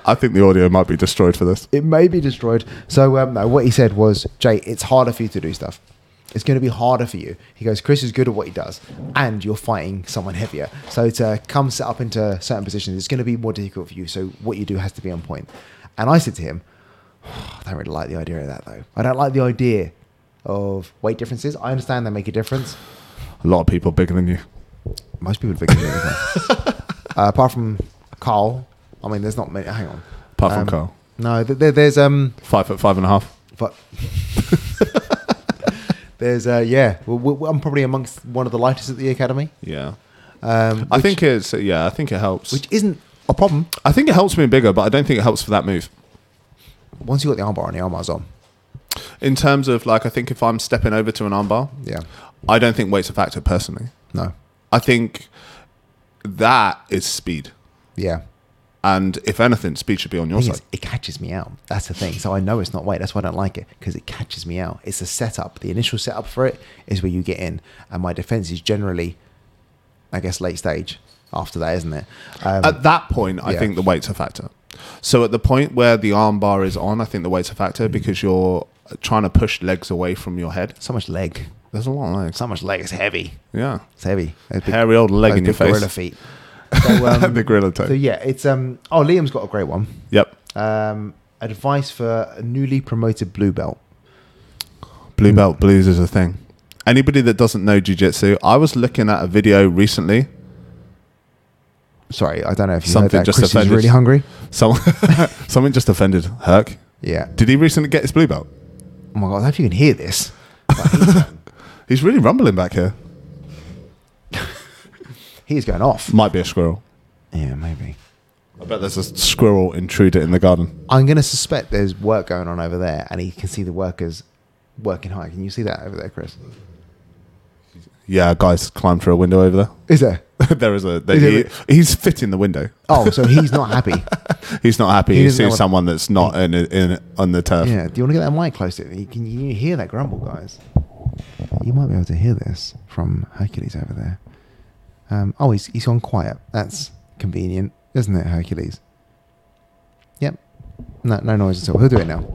I think the audio might be destroyed for this.
It may be destroyed. So, um, no, what he said was, Jay, it's harder for you to do stuff. It's going to be harder for you. He goes, Chris is good at what he does, and you're fighting someone heavier. So, to come set up into certain positions, it's going to be more difficult for you. So, what you do has to be on point. And I said to him, I don't really like the idea of that though. I don't like the idea of weight differences. I understand they make a difference.
A lot of people bigger than you.
Most people think it uh,
<laughs>
apart from Carl. I mean, there's not many. Hang on.
Apart from
Um,
Carl,
No, th- there, there's um,
five foot five and a half.
but <laughs> there's uh, yeah. Well, we- I'm probably amongst one of the lightest at the academy,
Yeah,
um,
I think it's yeah. I think it helps.
which isn't a problem
I think it helps being bigger, but I don't think it helps for that move.
once you got the armbar and the armbar's on.
In terms of like, I think if I'm stepping over to an armbar,
Yeah.
I don't think weight's a factor personally.
No.
I think that is speed,
Yeah.
and if anything, speed should be on your
thing
side.
is, it catches me out. That's the thing. So I know it's not weight. That's why I don't like it because it catches me out. It's the setup. The initial setup for it is where you get in, and my defense is generally, I guess, late stage. After that, isn't it? Um,
At that point, I
Yeah.
think the weight's a factor. So at the point where the arm bar is on, I think the weight's a factor
Mm.
because you're trying to push legs away from your head.
so much leg.
There's a lot of legs.
So much leg. It's heavy.
Yeah.
It's heavy. Those big-
Hairy old leg
those
in your
big gorilla
face.
feet.
<laughs>
So, um,
the gorilla
so
toe.
yeah, it's um. Oh, Liam's got a great one.
Yep.
Um, advice for a newly promoted blue belt.
Blue belt blues is a thing. Anybody that doesn't know jujitsu, I was looking at a video recently.
Sorry, I don't know if you
Something
heard that.
just
Chris is
offended-
really hungry.
Someone, <laughs> someone just offended Herc.
Yeah.
Did he recently get his blue belt?
Oh my god! I hope you can hear this.
He's really rumbling back here.
He's going off.
Might be a squirrel.
Yeah, maybe.
I bet there's a squirrel intruder in the garden.
I'm going to suspect there's work going on over there, and he can see the workers working hard. Can you see that over there, Chris?
Yeah, a guy's climbed through a window over
Is there?
there. <laughs> there is a. There,
Is it
he-
really?
he's fitting the window.
Oh, so he's not happy.
He's not happy.
He
He
doesn't know
sees
what-
someone that's not in, in on the turf.
Yeah. Do you want to get that mic close to it? You can you hear that grumble, guys? You might be able to hear this from Hercules over there. Um, oh, he's, he's gone quiet. That's convenient, isn't it, Hercules? Yep. No, no noise at all. He'll do it now.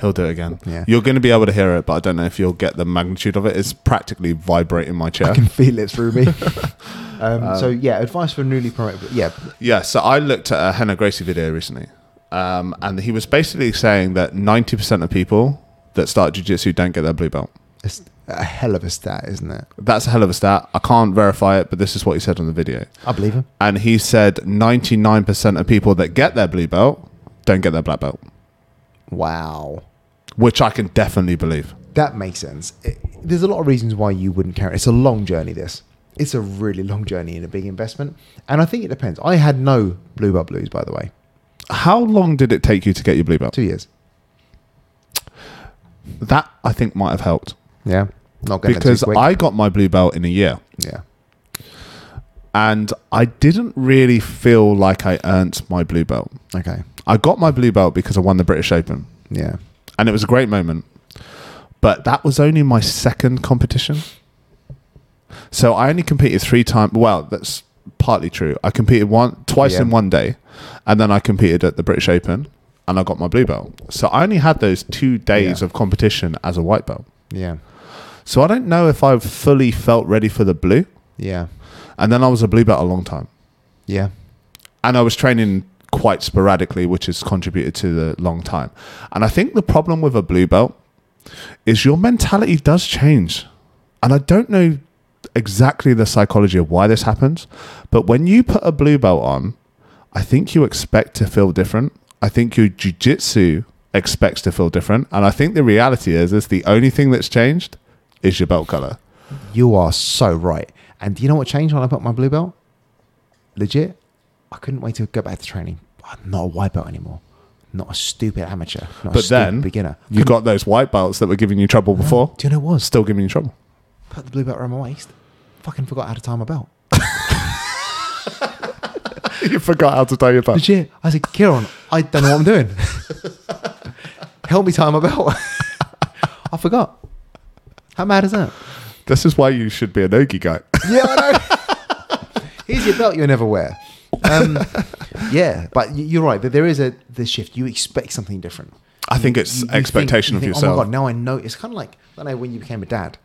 He'll do it again.
Yeah.
You're going to be able to hear it, but I don't know if you'll get the magnitude of it. It's practically vibrating my chair.
I can feel it through <laughs> me. um, so, yeah, advice for newly promoted. Yeah.
Yeah, so I looked at a Hannah Gracie video recently, um, and he was basically saying that 90% of people that start jiu-jitsu don't get their blue belt.
It's a hell of a stat, isn't it?
That's a hell of a stat. I can't verify it, but this is what he said on the video.
I believe him.
And he said 99% of people that get their blue belt don't get their black belt,
Wow.
which I can definitely believe.
That makes sense. It, there's a lot of reasons why you wouldn't carry. It's a long journey. This. It's a really long journey and a big investment. And I think it depends. I had no blue belt blues, by the way.
How long did it take you to get your blue belt?
Two years.
That I think might have helped
Yeah. Not going
because
too quick.
I got my blue belt in a year.
Yeah.
and I didn't really feel like I earned my blue belt.
Okay.
I got my blue belt because I won the British Open,
Yeah.
and it was a great moment. But that was only my second competition. So I only competed three times. Well, that's partly true. I competed one twice
Yeah.
in one day, and then I competed at the British Open, and I got my blue belt. So I only had those two days
Yeah.
of competition as a white belt.
Yeah.
So I don't know if I fully felt ready for the blue.
Yeah.
And then I was a blue belt a long time.
Yeah.
and I was training quite sporadically, which has contributed to the long time. And I think the problem with a blue belt is your mentality does change. And I don't know exactly the psychology of why this happens, but when you put a blue belt on, I think you expect to feel different. I think your jujitsu expects to feel different. And I think the reality is, is the only thing that's changed is your belt color.
You are so right. And do you know what changed when I put my blue belt? Legit, I couldn't wait to go back to training. I'm not a white belt anymore. Not a stupid amateur. Not a
But
stupid
then
beginner.
you got those white belts that were giving you trouble before,
Do you know what it was?
still giving you trouble.
put the blue belt around my waist. Fucking forgot how to tie my belt. <laughs>
you forgot how to tie your belt.
Legit. I said, Kieran, I don't know what I'm <laughs> doing. Help me tie my belt. I forgot. How mad is that?
This is why you should be an Ogi guy.
Yeah, I know. <laughs> Here's your belt you'll never wear. Um, yeah, but y- you're right. That there is a the shift. You expect something different.
I think it's
You- you
expectation
think- you
of
think,
yourself.
Oh my god! Now I know. It's kind of like I know when you became a dad.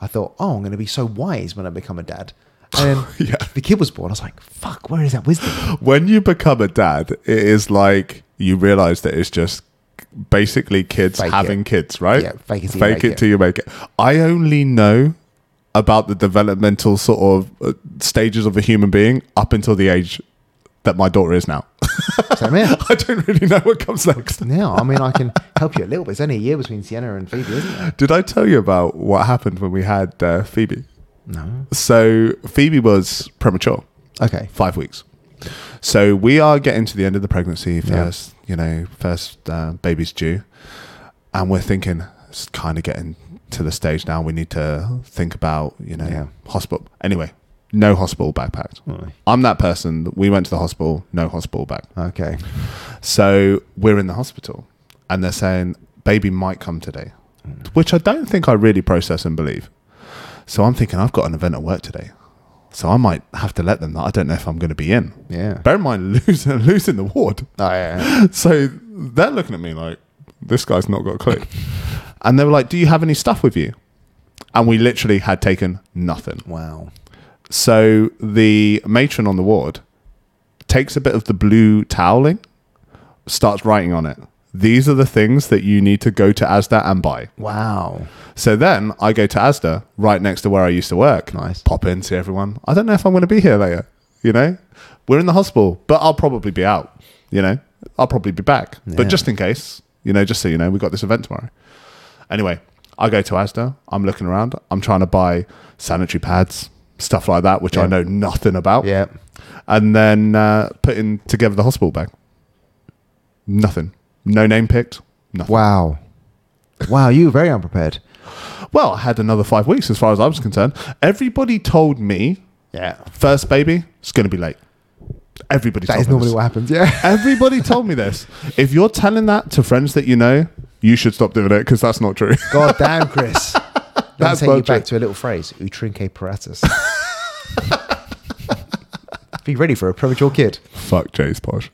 I thought, oh, I'm going to be so wise when I become
<laughs>
a dad. And then
Yeah.
the kid was born. I was like, fuck, where is that wisdom?
When you become a dad, it is like you realize that it's just basically kids
Fake
having
it.
kids, right?
Yeah, fake it till you
fake
make
it
it.
till you make it. I only know about the developmental sort of uh, stages of a human being up until the age that my daughter is now. <laughs>
Same here.
I don't really know what comes next.
No, I mean I can help you a little bit. It's only a year between Sienna and Phoebe, isn't it?
Did I tell you about what happened when we had uh, Phoebe?
No.
So Phoebe was premature.
Okay.
five weeks. So we are getting to the end of the pregnancy first, you know, first uh, baby's due. And we're thinking, it's kind of getting to the stage now. We need to think about, you know,
Yeah.
hospital. Anyway, no hospital backpack.
Right.
I'm that person. We went to the hospital, no hospital bag.
Okay.
So we're in the hospital and they're saying, baby might come today, which I don't think I really process and believe. So I'm thinking, I've got an event at work today. So I might have to let them know. I don't know if I'm going to be in.
Yeah.
Bear in mind, <laughs> losing, losing the ward.
Oh, yeah.
So they're looking at me like, this guy's not got a clue. And they were like, do you have any stuff with you? And we literally had taken nothing.
Wow.
So the matron on the ward takes a bit of the blue toweling, starts writing on it. These are the things that you need to go to ASDA and buy.
Wow.
So then I go to ASDA right next to where I used to work.
Nice.
Pop in, see everyone. I don't know if I'm going to be here later. You know, we're in the hospital, but I'll probably be out. You know, I'll probably be back.
Yeah.
But just in case, you know, just so you know, we've got this event tomorrow. Anyway, I go to ASDA. I'm looking around. I'm trying to buy sanitary pads, stuff like that, which I
Yeah.
know nothing about.
Yeah.
And then uh, putting together the hospital bag. Nothing. No name picked. Nothing.
Wow. Wow, you were very unprepared.
Well, I had another five weeks as far as I was concerned. Everybody told me
Yeah.
first baby, it's going to be late. Everybody
That
told
is
me
normally
this.
what happens. Yeah.
Everybody told me this. If you're telling that to friends that you know, you should stop doing it because that's not true. <laughs>
God damn, <laughs> Chris. That's
That's
take you
not true.
back to a little phrase, utrinque paratus. <laughs> Be ready for a premature kid.
Fuck Jay's posh.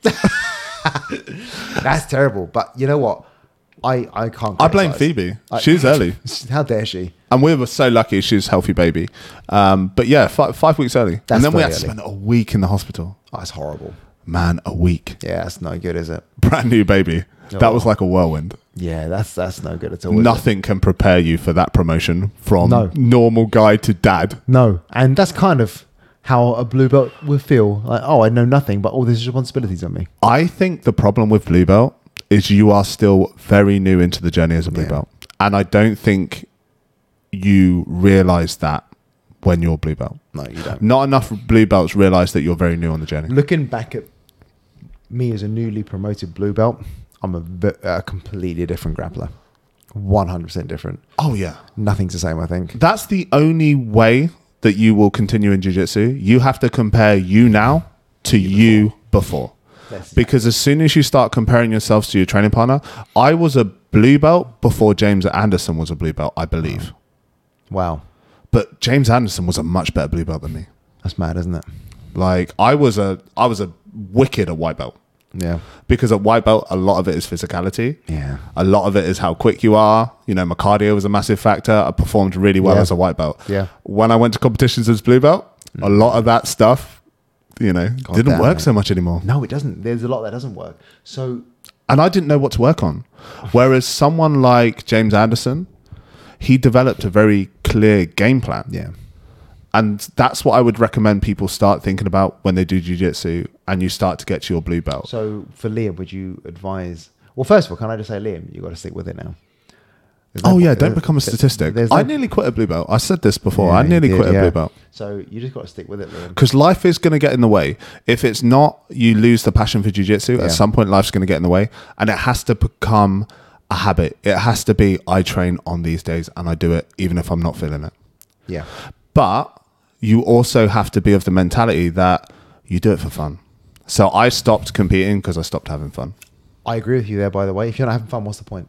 That's terrible. But you know what? I, I can't.
I blame
criticise.
Phoebe.
I-
She's early.
How dare she?
And we were so lucky she's a healthy baby. Um, but yeah, five, five weeks early.
That's
and then we
very
had to
early.
spend a week in the hospital.
Oh, it's horrible.
Man, a week.
Yeah, that's no good, is it?
Brand new baby. That was like a whirlwind.
Yeah, that's that's no good at all. is Oh. it?
Nothing can prepare you for that promotion from
No.
normal guy to dad.
No, and that's kind of how a blue belt would feel. Like, oh, I know nothing, but all these responsibilities on me.
I think the problem with blue belt is you are still very new into the journey as a blue
Yeah.
belt, and I don't think you realize that when you're blue belt.
No, you don't.
Not enough blue belts realize that you're very new on the journey.
Looking back at me as a newly promoted blue belt, I'm a, ve- a completely different grappler. 100% different.
Oh yeah,
Nothing's the same, I think.
that's the only way that you will continue in jiu-jitsu. You have to compare you now to you before.
That's-
Because as soon as you start comparing yourselves to your training partner, I was a blue belt before James Anderson was a blue belt, I believe.
Wow.
But James Anderson was a much better blue belt than me.
That's mad, isn't it?
Like I was a I was a wicked at white belt
Yeah.
because at white belt a lot of it is physicality.
Yeah.
A lot of it is how quick you are. You know, my cardio was a massive factor. I performed really well
Yeah.
as a white belt.
Yeah.
When I went to competitions as blue belt, a lot of that stuff, you know, didn't
damn
work
it.
so much anymore.
No, it doesn't. There's a lot that doesn't work. So,
and I didn't know what to work on. Whereas someone like James Anderson, he developed a very clear game plan.
yeah.
And that's what I would recommend people start thinking about when they do jujitsu and you start to get to your blue belt.
So, for Liam, would you advise? Well, first of all, can I just say, Liam, you've got to stick with it now. There's no
oh, yeah,
point-
don't become a statistic.
there's
I
no-
nearly quit a blue belt. I said this before.
Yeah,
I
you
nearly
did,
quit a
yeah.
blue belt.
So, you just got to stick with it, Liam.
Because life is going to get in the way. If it's not, you lose the passion for jujitsu.
Yeah.
At some point, life's going to get in the way. And it has to become a habit. It has to be, I train on these days and I do it even if I'm not feeling it.
Yeah.
But you also have to be of the mentality that you do it for fun. So I stopped competing because I stopped having fun.
I agree with you there, by the way. If you're not having fun, what's the point?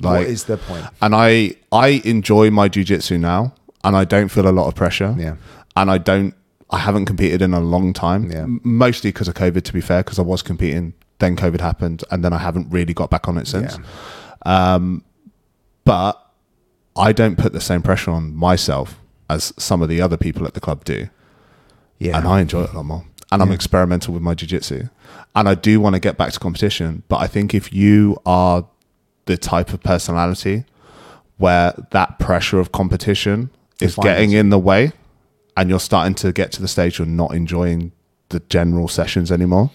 what
Like-
is the point?
And I I enjoy my jujitsu now and I don't feel a lot of pressure.
Yeah.
And I don't I haven't competed in a long time.
Yeah.
M- Mostly because of COVID to be fair, because I was competing, then COVID happened, and then I haven't really got back on it since.
Yeah.
But I don't put the same pressure on myself as some of the other people at the club do.
Yeah.
and I enjoy it a lot more. And I'm experimental with my jiu-jitsu. And I do want to get back to competition, but I think if you are the type of personality where that pressure of competition is
Defines
getting
you.
in the way and you're starting to get to the stage you're not enjoying the general sessions anymore,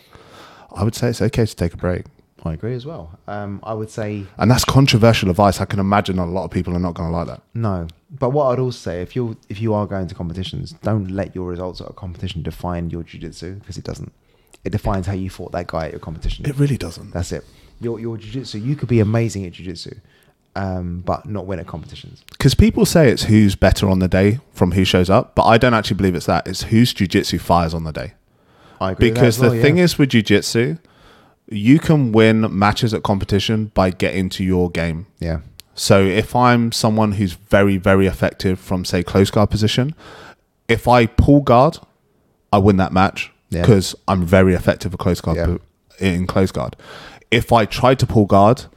I would say it's okay to take a break.
I agree as well. Um, I would say
And that's controversial advice. I can imagine a lot of people are not going to like that.
no. But what I'd also say, if you're if you are going to competitions, don't let your results at a competition define your jiu-jitsu because it doesn't. It defines how you fought that guy at your competition.
It really doesn't.
That's it. Your your jiu-jitsu, you could be amazing at jiu-jitsu, um, but not win at competitions.
Because people say it's who's better on the day from who shows up, but I don't actually believe it's that. It's whose jiu-jitsu fires on the day.
I agree.
Because the thing
is.
is with jiu-jitsu, you can win matches at competition by getting to your game.
Yeah.
So if I'm someone who's very, very effective from say close guard position, if I pull guard, I win that match
Yeah.
because I'm very effective at close guard
Yeah.
in close guard. If I try to pull guard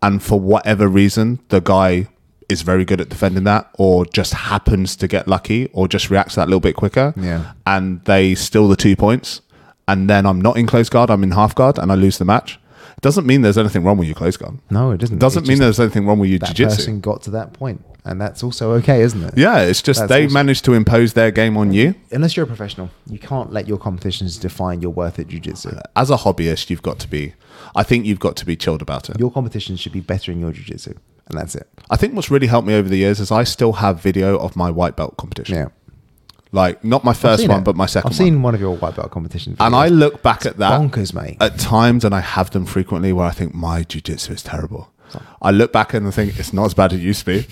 and for whatever reason the guy is very good at defending that or just happens to get lucky or just reacts that little bit quicker
Yeah.
and they steal the two points and then I'm not in close guard, I'm in half guard and I lose the match. Doesn't mean there's anything wrong with your close guard.
No, it doesn't.
Doesn't
It's
mean
just
there's anything wrong with your
that
jiu-jitsu.
person got to that point, and that's also okay, isn't it?
Yeah, it's just
That's
they
awesome.
managed to impose their game on you.
Unless you're a professional, you can't let your competitions define your worth at jiu-jitsu.
As a hobbyist, you've got to be. I think you've got to be chilled about it.
Your competition should be better in your jiu-jitsu, and that's it.
I think what's really helped me over the years is I still have video of my white belt competition.
Yeah.
Like not my first
Seen
one,
it.
but my 2nd
I've seen one of your white belt competitions,
one. And I look back at that
bonkers, mate.
at times, and I have them frequently where I think my jujitsu is terrible. I look back and I think it's not as bad as it used to
<laughs>
be.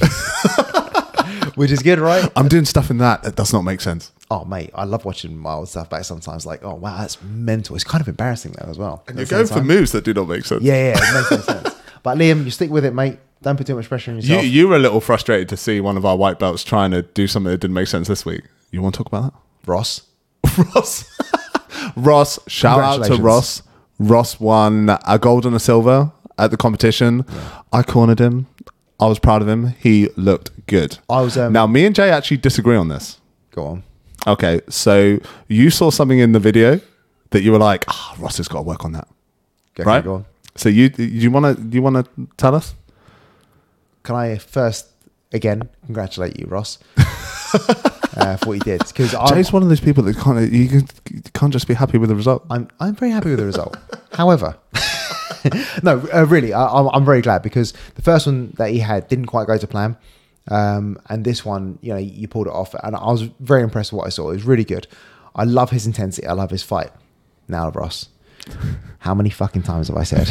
which is good, right? <laughs>
I'm doing stuff in that that does not make sense.
Oh, mate, I love watching my old stuff back sometimes. Like, oh, wow, that's mental. It's kind of embarrassing, though, as well.
You're going for moves that do not make sense.
Yeah, yeah, it makes no sense. But Liam, you stick with it, mate. Don't put too much pressure on
You,
yourself.
you were a little frustrated to see one of our white belts trying to do something that didn't make sense this week. You want to talk about
Ross.
that? <laughs> Ross. Ross, shout out to
Congratulations.
Ross. Ross won a gold and a silver at the competition. I cornered him. I was proud of him. He looked good.
I was, um,
now, me and Jay actually disagree on this.
Go on.
Okay, so you saw something in the video that you were like, ah, Ross has got to work on that,
Go,
right?
go on.
So you you want to you want to tell us?
Can I first, again, congratulate you, <laughs> Ross, uh, for what you did? Because I'm,
Jay's one of those people that can't you can- you can't just be happy with the result.
I'm, I'm very happy with the result. However, <laughs> no, uh, really, I, I'm, I'm very glad because the first one that he had didn't quite go to plan. Um, and this one, you know, you pulled it off. And I was very impressed with what I saw. It was really good. I love his intensity. I love his fight. Now, Ross, how many fucking times have I said,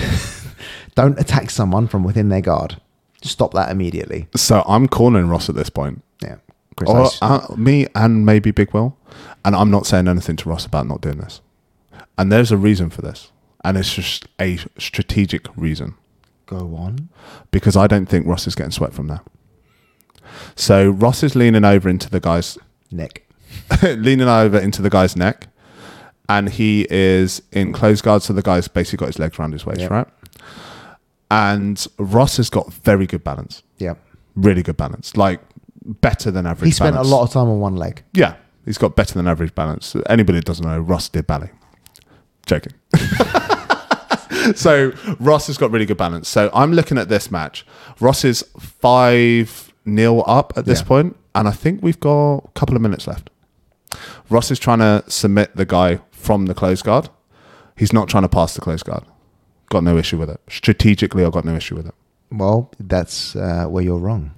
<laughs> don't attack someone from within their guard? Stop that immediately.
So I'm calling Ross at this point,
Yeah. Chris,
or
nice.
uh, me and maybe Big Will, and I'm not saying anything to Ross about not doing this. And there's a reason for this, and it's just a strategic reason.
go on.
because I don't think Ross is getting swept from there. So Ross is leaning over into the guy's <laughs>
Nick.
leaning over into the guy's neck, and he is in closed guard, so the guy's basically got his legs around his waist,
Yep.
right? And Ross has got very good balance,
Yeah.
really good balance, like better than average.
He spent
balance.
a lot of time on one leg.
Yeah, he's got better than average balance. Anybody that doesn't know, Ross did ballet. Joking. <laughs> so Ross has got really good balance. So I'm looking at this match. Ross is five nil up at this
Yeah.
point, and I think we've got a couple of minutes left. Ross is trying to submit the guy from the close guard. He's not trying to pass the close guard. Got no issue with it. Strategically, I've got no issue with it.
Well, that's uh, where you're wrong.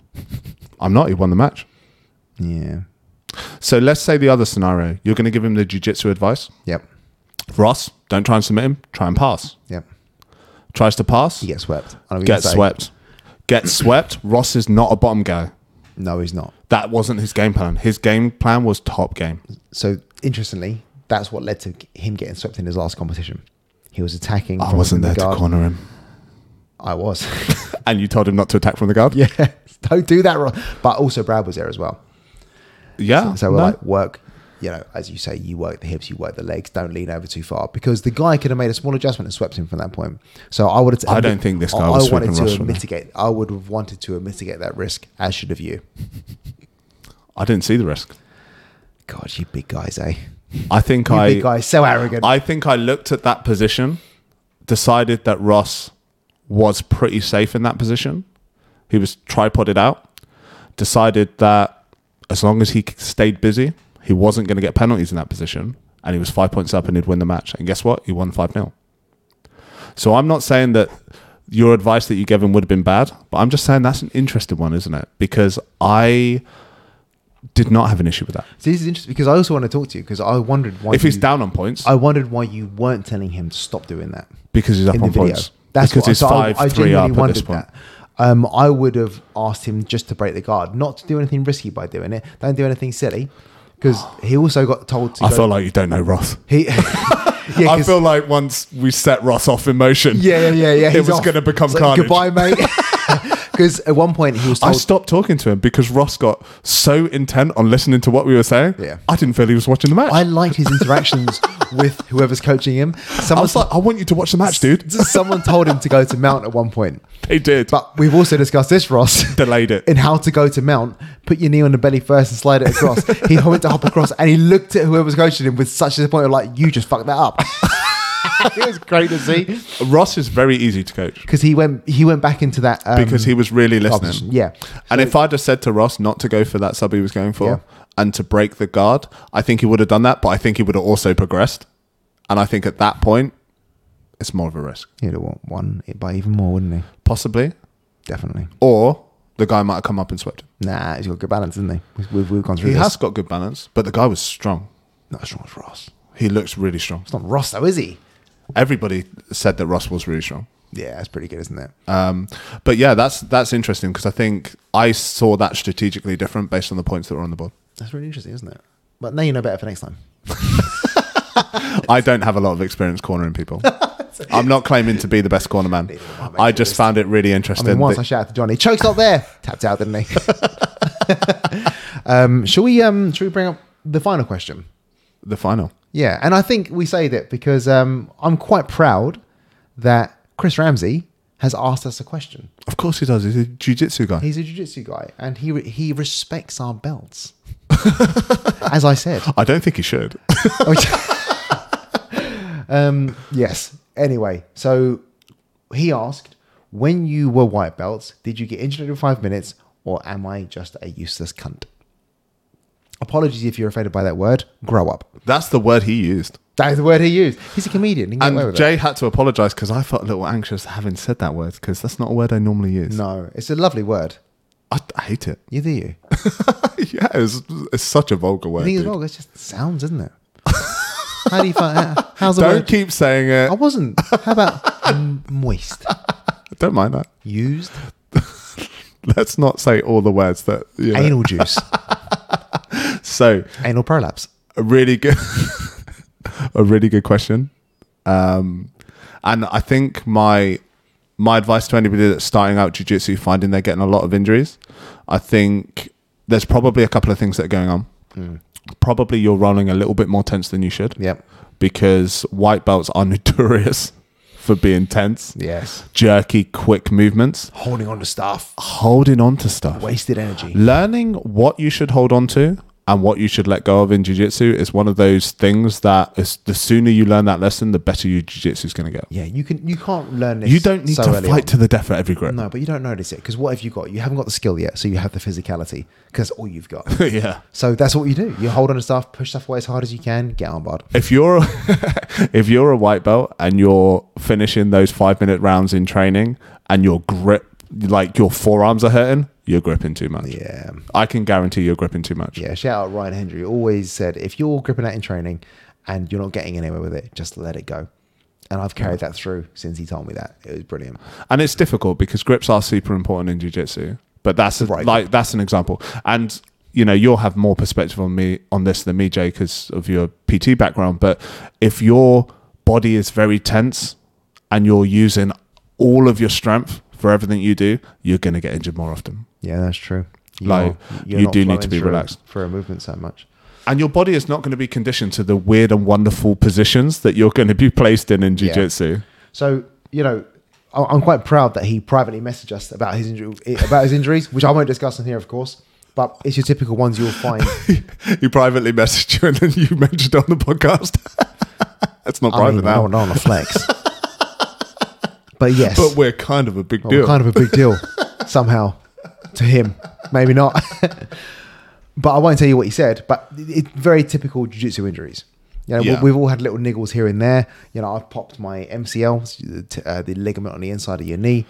I'm not. He won the match.
Yeah.
So let's say the other scenario. You're going to give him the jiu-jitsu advice.
Yep.
Ross, don't try and submit him. Try and pass.
Yep.
Tries to pass,
He gets swept. I know what you're
gets
gonna say.
swept. Gets swept. Ross is not a bottom guy.
No, he's not.
That wasn't his game plan. His game plan was top game.
So interestingly, that's what led to him getting swept in his last competition. He was attacking.
I
from
wasn't there
the
to
guard.
corner him.
I was. <laughs>
And you told him not to attack from the guard?
yeah. Don't do that. Ro- But also, Brad was there as well.
Yeah.
So we're
no.
like, work. You know, as you say, you work the hips, you work the legs. Don't lean over too far because the guy could have made a small adjustment and swept him from that point. So I would.
I don't think this guy
I,
was
I wanted
sweeping Ross
to
from there.
mitigate. I would have wanted to mitigate that risk, as should have you.
I didn't see the risk.
God, you big guys, eh?
I think
You
I
big guys, so arrogant.
I think I looked at that position, decided that Ross was pretty safe in that position. He was tripoded out. Decided that as long as he stayed busy, he wasn't going to get penalties in that position. And he was five points up and he'd win the match. And guess what? He won 5 0. So I'm not saying that your advice that you gave him would have been bad, but I'm just saying that's an interesting one, isn't it? Because I did not have an issue with that.
So this is interesting because I also want to talk to you because I wondered why
If he's
you-
down on points,
I wondered why you weren't telling him to stop doing that
because he's up
in
on
the video.
points.
That's
because
what
he's
so
five
I, I
three up
genuinely
at
wondered
this point.
that. Um, I would have asked him just to break the guard, not to do anything risky by doing it. Don't do anything silly because he also got told to.
I
go,
feel like you don't know Ross.
he. <laughs> yeah,
I
'cause-
feel like once we set Ross off in motion,
yeah, yeah, yeah, yeah.
it
he's
was
off.
going to become
It's like,
carnage. <laughs>
Goodbye, mate. Because at one point he was
I
told.
stopped talking to him because Ross got so intent on listening to what we were saying.
Yeah.
I didn't feel he was watching the match.
I
I,
liked his interactions with whoever's coaching him. Someone,
was like, I want you to watch the match, <laughs> dude.
someone told him to go to mount at one point.
They did.
But we've also discussed this,
<laughs>
Ross,
Delayed it.
<laughs> in how to go to mount. Put your knee on the belly first and slide it across. he went to hop across, and he looked at whoever was coaching him with such disappointment, like you just fucked that up. it was great to see
Ross is very easy to coach
because he went he went back into that um,
because he was really listening.
yeah.
And if I'd have said to Ross not to go for that sub he was going for
Yeah.
and to break the guard, I think he would have done that, but I think he would have also progressed. And I think at that point, it's more of a risk,
He'd have won one by even more, wouldn't he?
possibly.
Definitely.
Or the guy might have come up and swept him.
Nah, he's got good balance, isn't he? We've, we've, we've gone through.
He
this.
has got good balance, but the guy was strong.
not as strong as Ross.
He looks really strong.
It's not Ross though, is he?
Everybody said that Ross was really strong.
Yeah, that's pretty good, isn't it?
Um, but yeah, that's that's interesting because I think I saw that strategically different based on the points that were on the board.
That's really interesting, isn't it? But now you know better for next time.
I don't have a lot of experience cornering
<laughs>
people. I'm not claiming to be the best corner man.
Neither am I, mate,
I just
honest.
found it really
I
interesting.
mean, once
that-
I shouted to Johnny, chokes up there, <laughs> tapped out, didn't he? um, shall we? Um, shall we bring up the final question?
the final.
Yeah, and I think we say that because um, I'm quite proud that Chris Ramsey has asked us a question.
Of course he does. He's a jujitsu guy.
He's a jiu-jitsu guy, and he re- he respects our belts. <laughs> As I said,
I don't think he should.
<laughs> um, yes. Anyway, so he asked, "When you were white belts, did you get injured in five minutes, or am I just a useless cunt?" Apologies if you're offended by that word. Grow up.
That's the word he used.
That is the word he used. He's a comedian. He can get away
And
with it.
Jay had to apologise because I felt a little anxious having said that word because that's not a word I normally use.
No, it's a lovely word.
I, I hate it. <laughs>
You do you.
yeah, it's, it's such a vulgar
The
word.
thing is,
dude.
well, it's just sounds, isn't it? <laughs> How do you find? How's the
Don't
word?
keep saying it.
I wasn't. How about m- moist?
Don't mind that.
Used <laughs>
Let's not say all the words that. You know.
anal juice,
So
anal prolapse.
a really good, <laughs> a really good question. Um, and I think my my advice to anybody that's starting out jujitsu, finding they're getting a lot of injuries, I think there's probably a couple of things that are going on. Probably you're rolling a little bit more tense than you should.
Hmm. Yep.
Because white belts are <laughs> notorious for being tense,
Yes.
jerky, quick movements,
Holding on to stuff,
Oh, holding on to stuff.
wasted energy.
Learning what you should hold on to and what you should let go of in jiu-jitsu is one of those things that is the sooner you learn that lesson, the better your jiu-jitsu is going to get.
Yeah, you can. You can't learn this.
You don't need
so
to
early
fight
on.
to the death for every grip.
No, but you don't notice it because what have you got? You haven't got the skill yet, so you have the physicality because all you've got.
<laughs> yeah.
so that's what you do. You hold on to stuff, push stuff away as hard as you can, get armbarred.
If you're <laughs> if you're a white belt and you're finishing those 5-minute rounds in training and your grip like your forearms are hurting, you're gripping too much.
Yeah.
I can guarantee you're gripping too much.
Yeah, shout out Ryan Hendry. Always said if you're gripping out in training and you're not getting anywhere with it, just let it go. And I've carried that through since he told me that. It was brilliant.
and it's difficult because grips are super important in jiu-jitsu but that's a,
Right.
like that's an example and you know you'll have more perspective on me on this than me jay because of your pt background but if your body is very tense and you're using all of your strength for everything you do you're going to get injured more often
Yeah, that's true.
Like,
you're
you
not
do need to
flowing
be
through
relaxed.
for a movement so much.
and your body is not going to be conditioned to the weird and wonderful positions that you're going to be placed in in
Yeah.
jiu-jitsu
So you know, I- I'm quite proud that he privately messaged us about his injury, about his injuries, which I won't discuss on here, of course. But it's your typical ones you'll
<laughs>
find.
<laughs> he privately messaged you and then you <laughs> mentioned it on the podcast <laughs> that's not
I
private
mean,
now
no, on a flex. <laughs> but yes,
but we're kind of a big
Well,
deal.
kind of a big deal somehow to him. Maybe not. <laughs> but I won't tell you what he said, but it's very typical jiu-jitsu injuries. You know, we-
Yeah.
we've all had little niggles here and there. You know, I've popped my MCL, the, t- uh, the ligament on the inside of your knee.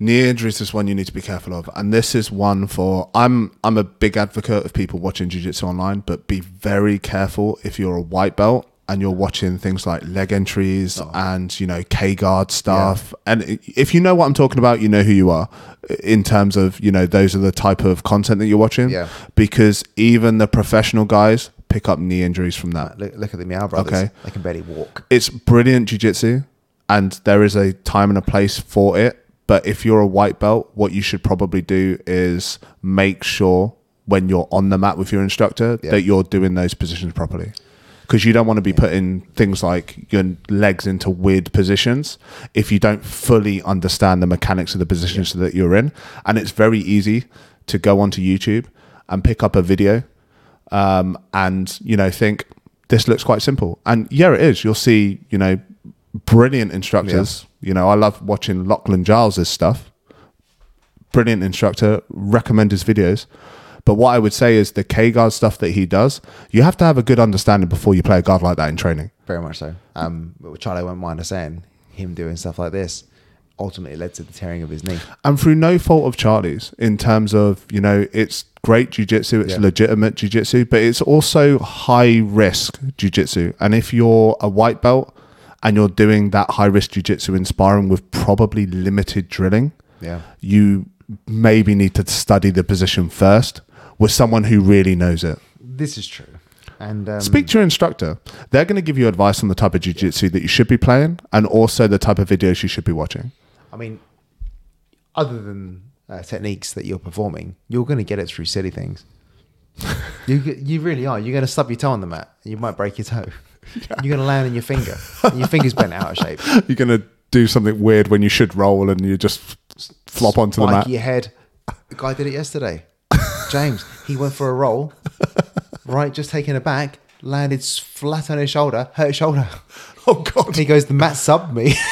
Knee injuries is one you need to be careful of, and this is one for I'm I'm a big advocate of people watching jiu-jitsu online, but be very careful if you're a white belt and you're watching things like leg entries
Oh.
and you know K guard stuff. And i- if you know what I'm talking about, you know who you are i- in terms of you know those are the type of content that you're watching.
Yeah.
Because even the professional guys pick up knee injuries from that.
Look, look at the Meow brothers.
Okay.
They can barely walk.
it's brilliant jiu-jitsu and there is a time and a place for it but if you're a white belt what you should probably do is make sure when you're on the mat with your instructor
Yeah.
that you're doing those positions properly because you don't want to be putting things like your legs into weird positions if you don't fully understand the mechanics of the positions that you're in and it's very easy to go onto youtube and pick up a video um, and you know think this looks quite simple. And yeah, it is. You'll see you know brilliant instructors. You know, I love watching Lachlan Giles's stuff. Brilliant instructor. Recommend his videos. But what I would say is the K guard stuff that he does, you have to have a good understanding before you play a guard like that in training.
Very much so. Um, but Charlie won't mind us saying him doing stuff like this ultimately led to the tearing of his knee.
and through no fault of Charlie's in terms of you know it's great jujitsu, it's
Yeah.
legitimate jujitsu, but it's also high risk jujitsu. And if you're a white belt and you're doing that high risk jujitsu in sparring with probably limited drilling,
Yeah.
you maybe need to study the position first with someone who really knows it.
This is true. And um,
Speak to your instructor. They're going to give you advice on the type of jujitsu that you should be playing and also the type of videos you should be watching.
I mean, other than uh, techniques that you're performing, you're going to get it through silly things. you g- you really are. You're going to stub your toe on the mat. and You might break your toe. You're going to land on your finger. and your finger's bent out of shape.
<laughs> You're going to do something weird when you should roll and you just flop onto the
Spike
mat.
your head. The guy did it
<laughs>
yesterday. James, he went for a roll, right, just taking it back, landed s- flat on his shoulder, hurt his shoulder.
<laughs> Oh, God.
He goes, the mat subbed me. <laughs>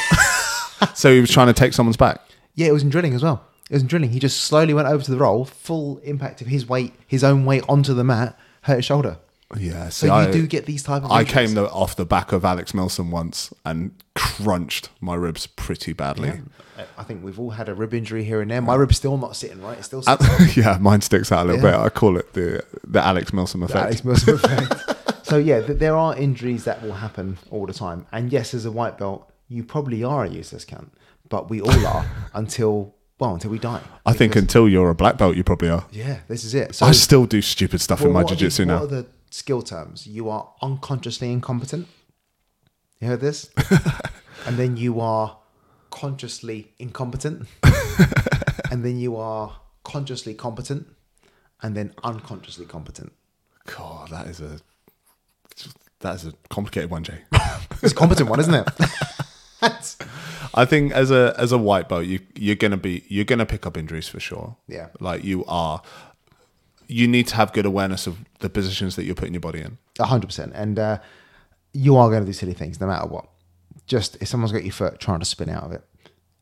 So he was trying to take someone's back.
Yeah, it was in drilling as well. It was in drilling. He just slowly went over to the roll, full impact of his weight, his own weight onto the mat, hurt his shoulder.
Yeah. see,
So you
I,
do get these type of.
I
injuries.
came the, off the back of Alex Milson once and crunched my ribs pretty badly. <laughs>
I think we've all had a rib injury here and there. My rib's still not sitting right. It's still
And-
sitting.
Uh, <laughs> yeah, mine sticks out a little
Yeah.
bit. I call it the the Alex Milsom effect. <laughs>
Alex Milsom effect. So yeah, th- there are injuries that will happen all the time. And yes, as a white belt, you probably are a useless cunt, but we
<laughs>
all are until well until we die.
I think until you're a black belt, you probably are.
Yeah, this is it. So
I still do stupid stuff in my
what are the-
jiu-jitsu
What
now.
are the skill terms? You are unconsciously incompetent. You
<laughs>
heard this? and then you are consciously
<laughs>
incompetent. and then you are consciously competent. And then unconsciously competent.
God, that is a that is a complicated one, Jay.
It's a competent
<laughs>
one, isn't it? That's-
I think as a as a white belt, you you're gonna be you're gonna pick up injuries for sure.
Yeah.
like you are. You need to have good awareness of the positions that you're putting your body in.
A hundred percent. And uh, you are going to do silly things no matter what. Just if someone's got your foot, trying to spin out of it.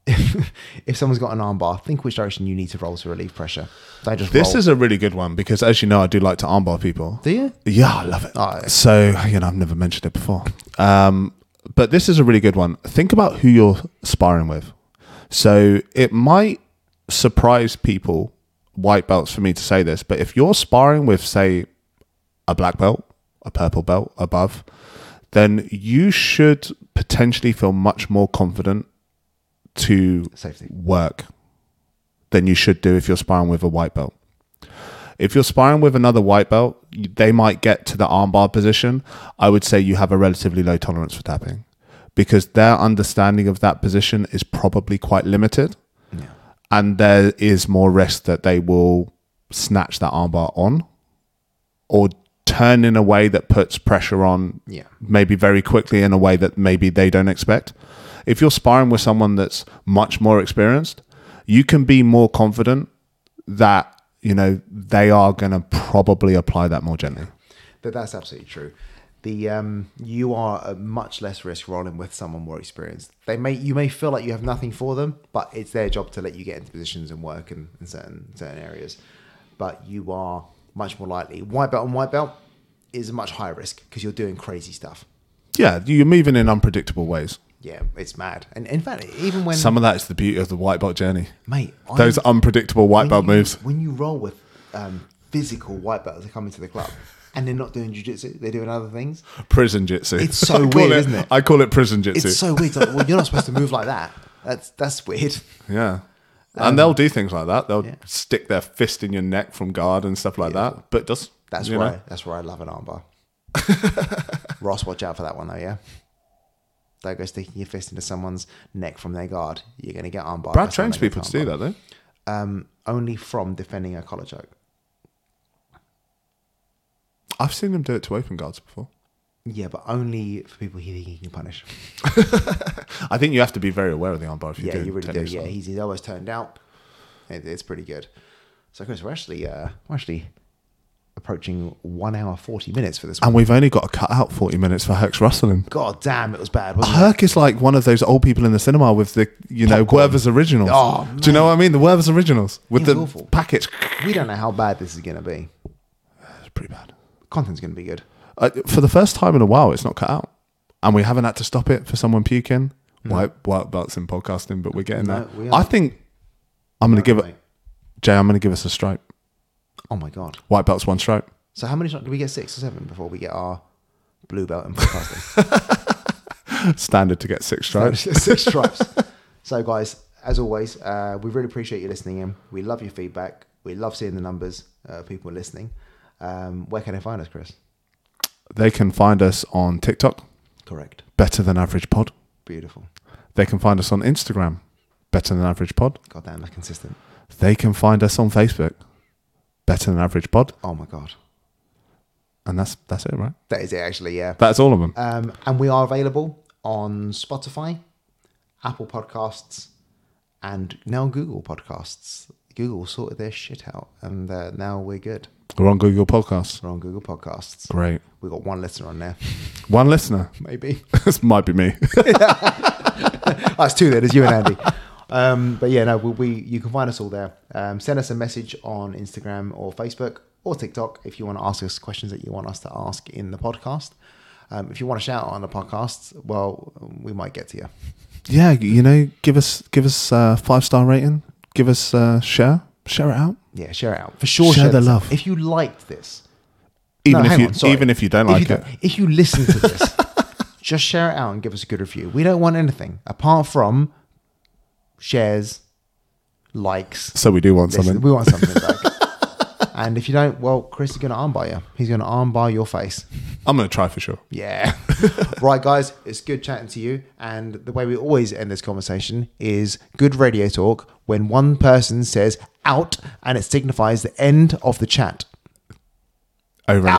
<laughs> if someone's got an arm bar, think which direction you need to roll to relieve pressure. Don't just
This
roll.
is a really good one because, as you know, I do like to armbar people.
do you?
Yeah, I love it.
Oh,
so, you know, I've never mentioned it before. Um, but this is a really good one. Think about who you're sparring with. So it might surprise people, white belts, for me to say this, but if you're sparring with, say, a black belt, a purple belt above, then you should potentially feel much more confident to
Safety.
work than you should do if you're sparring with a white belt. If you're sparring with another white belt, you- they might get to the armbar position. I would say you have a relatively low tolerance for tapping because their understanding of that position is probably quite limited.
Yeah.
And there is more risk that they will snatch that armbar on or turn in a way that puts pressure on
Yeah.
maybe very quickly in a way that maybe they don't expect. If you're sparring with someone that's much more experienced, you can be more confident that you know they are going to probably apply that more gently.
That that's absolutely true. The um, you are at much less risk rolling with someone more experienced. They may you may feel like you have nothing for them, but it's their job to let you get into positions and work in, in certain certain areas. But you are much more likely. White belt and white belt is a much higher risk because you're doing crazy stuff.
Yeah, you're moving in unpredictable ways.
Yeah, it's mad. And in fact, even when
Some of that is the beauty of the white belt journey.
mate, I-
Those unpredictable white
when
belt
you-
moves.
When you roll with um, physical white belts that come into the club and they're not doing jujitsu, they're doing other things.
Prison jitsu. <laughs>
It's so
I call
weird, isn't it?
I call it prison jitsu.
It's so weird. It's like, well, you're not supposed to move like that. That's that's weird.
Yeah. And they'll do things like that. They'll
Um, yeah.
stick their fist in your neck from guard and stuff like that. But just
That's
you know.
why that's why I love an
<laughs>
armbar. Ross, watch out for that one though. Yeah, don't go sticking your fist into someone's neck from their guard. You're gonna get armbar.
Brad trains people to do that though.
Um, only from defending a collar choke.
I've seen them do it to open guards before.
Yeah, but only for people he think he can punish.
I think you have to be very aware of the armbar if you're
yeah,
doing
you really do.
techniques
Yeah,
like
he's, he's always turned out. It, it's pretty good. So, Chris, we're actually uh, we're actually approaching one hour forty minutes for this.
that.
one.
And we've only got to cut out 40 minutes for Herc's rustling.
God damn, it was bad, wasn't it?
Herc is like one of those old people in the cinema with the, you know, Werther's originals.
Oh,
do you know what I mean? The Werther's originals with
It
the
was awful.
packets.
We don't know how bad this is going to be.
It's pretty bad.
Content's going to be good.
Uh, for the first time in a while, it's not cut out, and we haven't had to stop it for someone puking. White white belts in podcasting, but we're getting
No,
there.
we
I
aren't.
think I'm going to give
Mate.
it. Jay, I'm going to give us a stripe.
Oh my god!
White belts, one
<laughs>
stripe. <laughs>
So how many? Do we get six or seven before we get our blue belt in podcasting?
Standard to get six stripes.
<laughs> Six stripes. so, guys, as always, uh, we really appreciate you listening in. We love your feedback. We love seeing the numbers, uh, people listening. Um, where can they find us, Chris?
They can find us on TikTok,
Correct.
better than average pod.
Beautiful.
They can find us on Instagram, better than average pod.
God damn, they're consistent.
They can find us on Facebook, better than average pod.
Oh my God.
And that's that's it, right?
That is it, actually, yeah.
That's all of them.
Um, and we are available on Spotify, Apple Podcasts, and now Google Podcasts. Google sorted their shit out, and uh, now we're good.
We're on Google Podcasts.
We're on Google Podcasts.
Great.
We got one listener on there, <laughs>
One listener. <laughs>
maybe.
this might be me.
That's two there. There's you and Andy. Um, but yeah, no, we, we you can find us all there. Um, send us a message on Instagram or Facebook or TikTok if you want to ask us questions that you want us to ask in the podcast. Um, if you want to shout out on the podcast, well, we might get to you.
yeah, you know, give us give us a five star rating. Give us a share. Share it out.
Yeah, share it out for sure.
Share the
this out.
love.
If you liked this,
Even
No,
if
hang
you
on, sorry.
even if you don't like it.
if you listen to this, <laughs> just share it out and give us a good review. We don't want anything apart from shares, likes,
So we do want
Listen,
something.
We want something back. <laughs> and if you don't, well, Chris is going to armbar you. He's going to armbar your face.
I'm gonna try for sure.
Yeah. right, guys, it's good chatting to you. And the way we always end this conversation is good radio talk when one person says out and it signifies the end of the chat. Ah,
Over and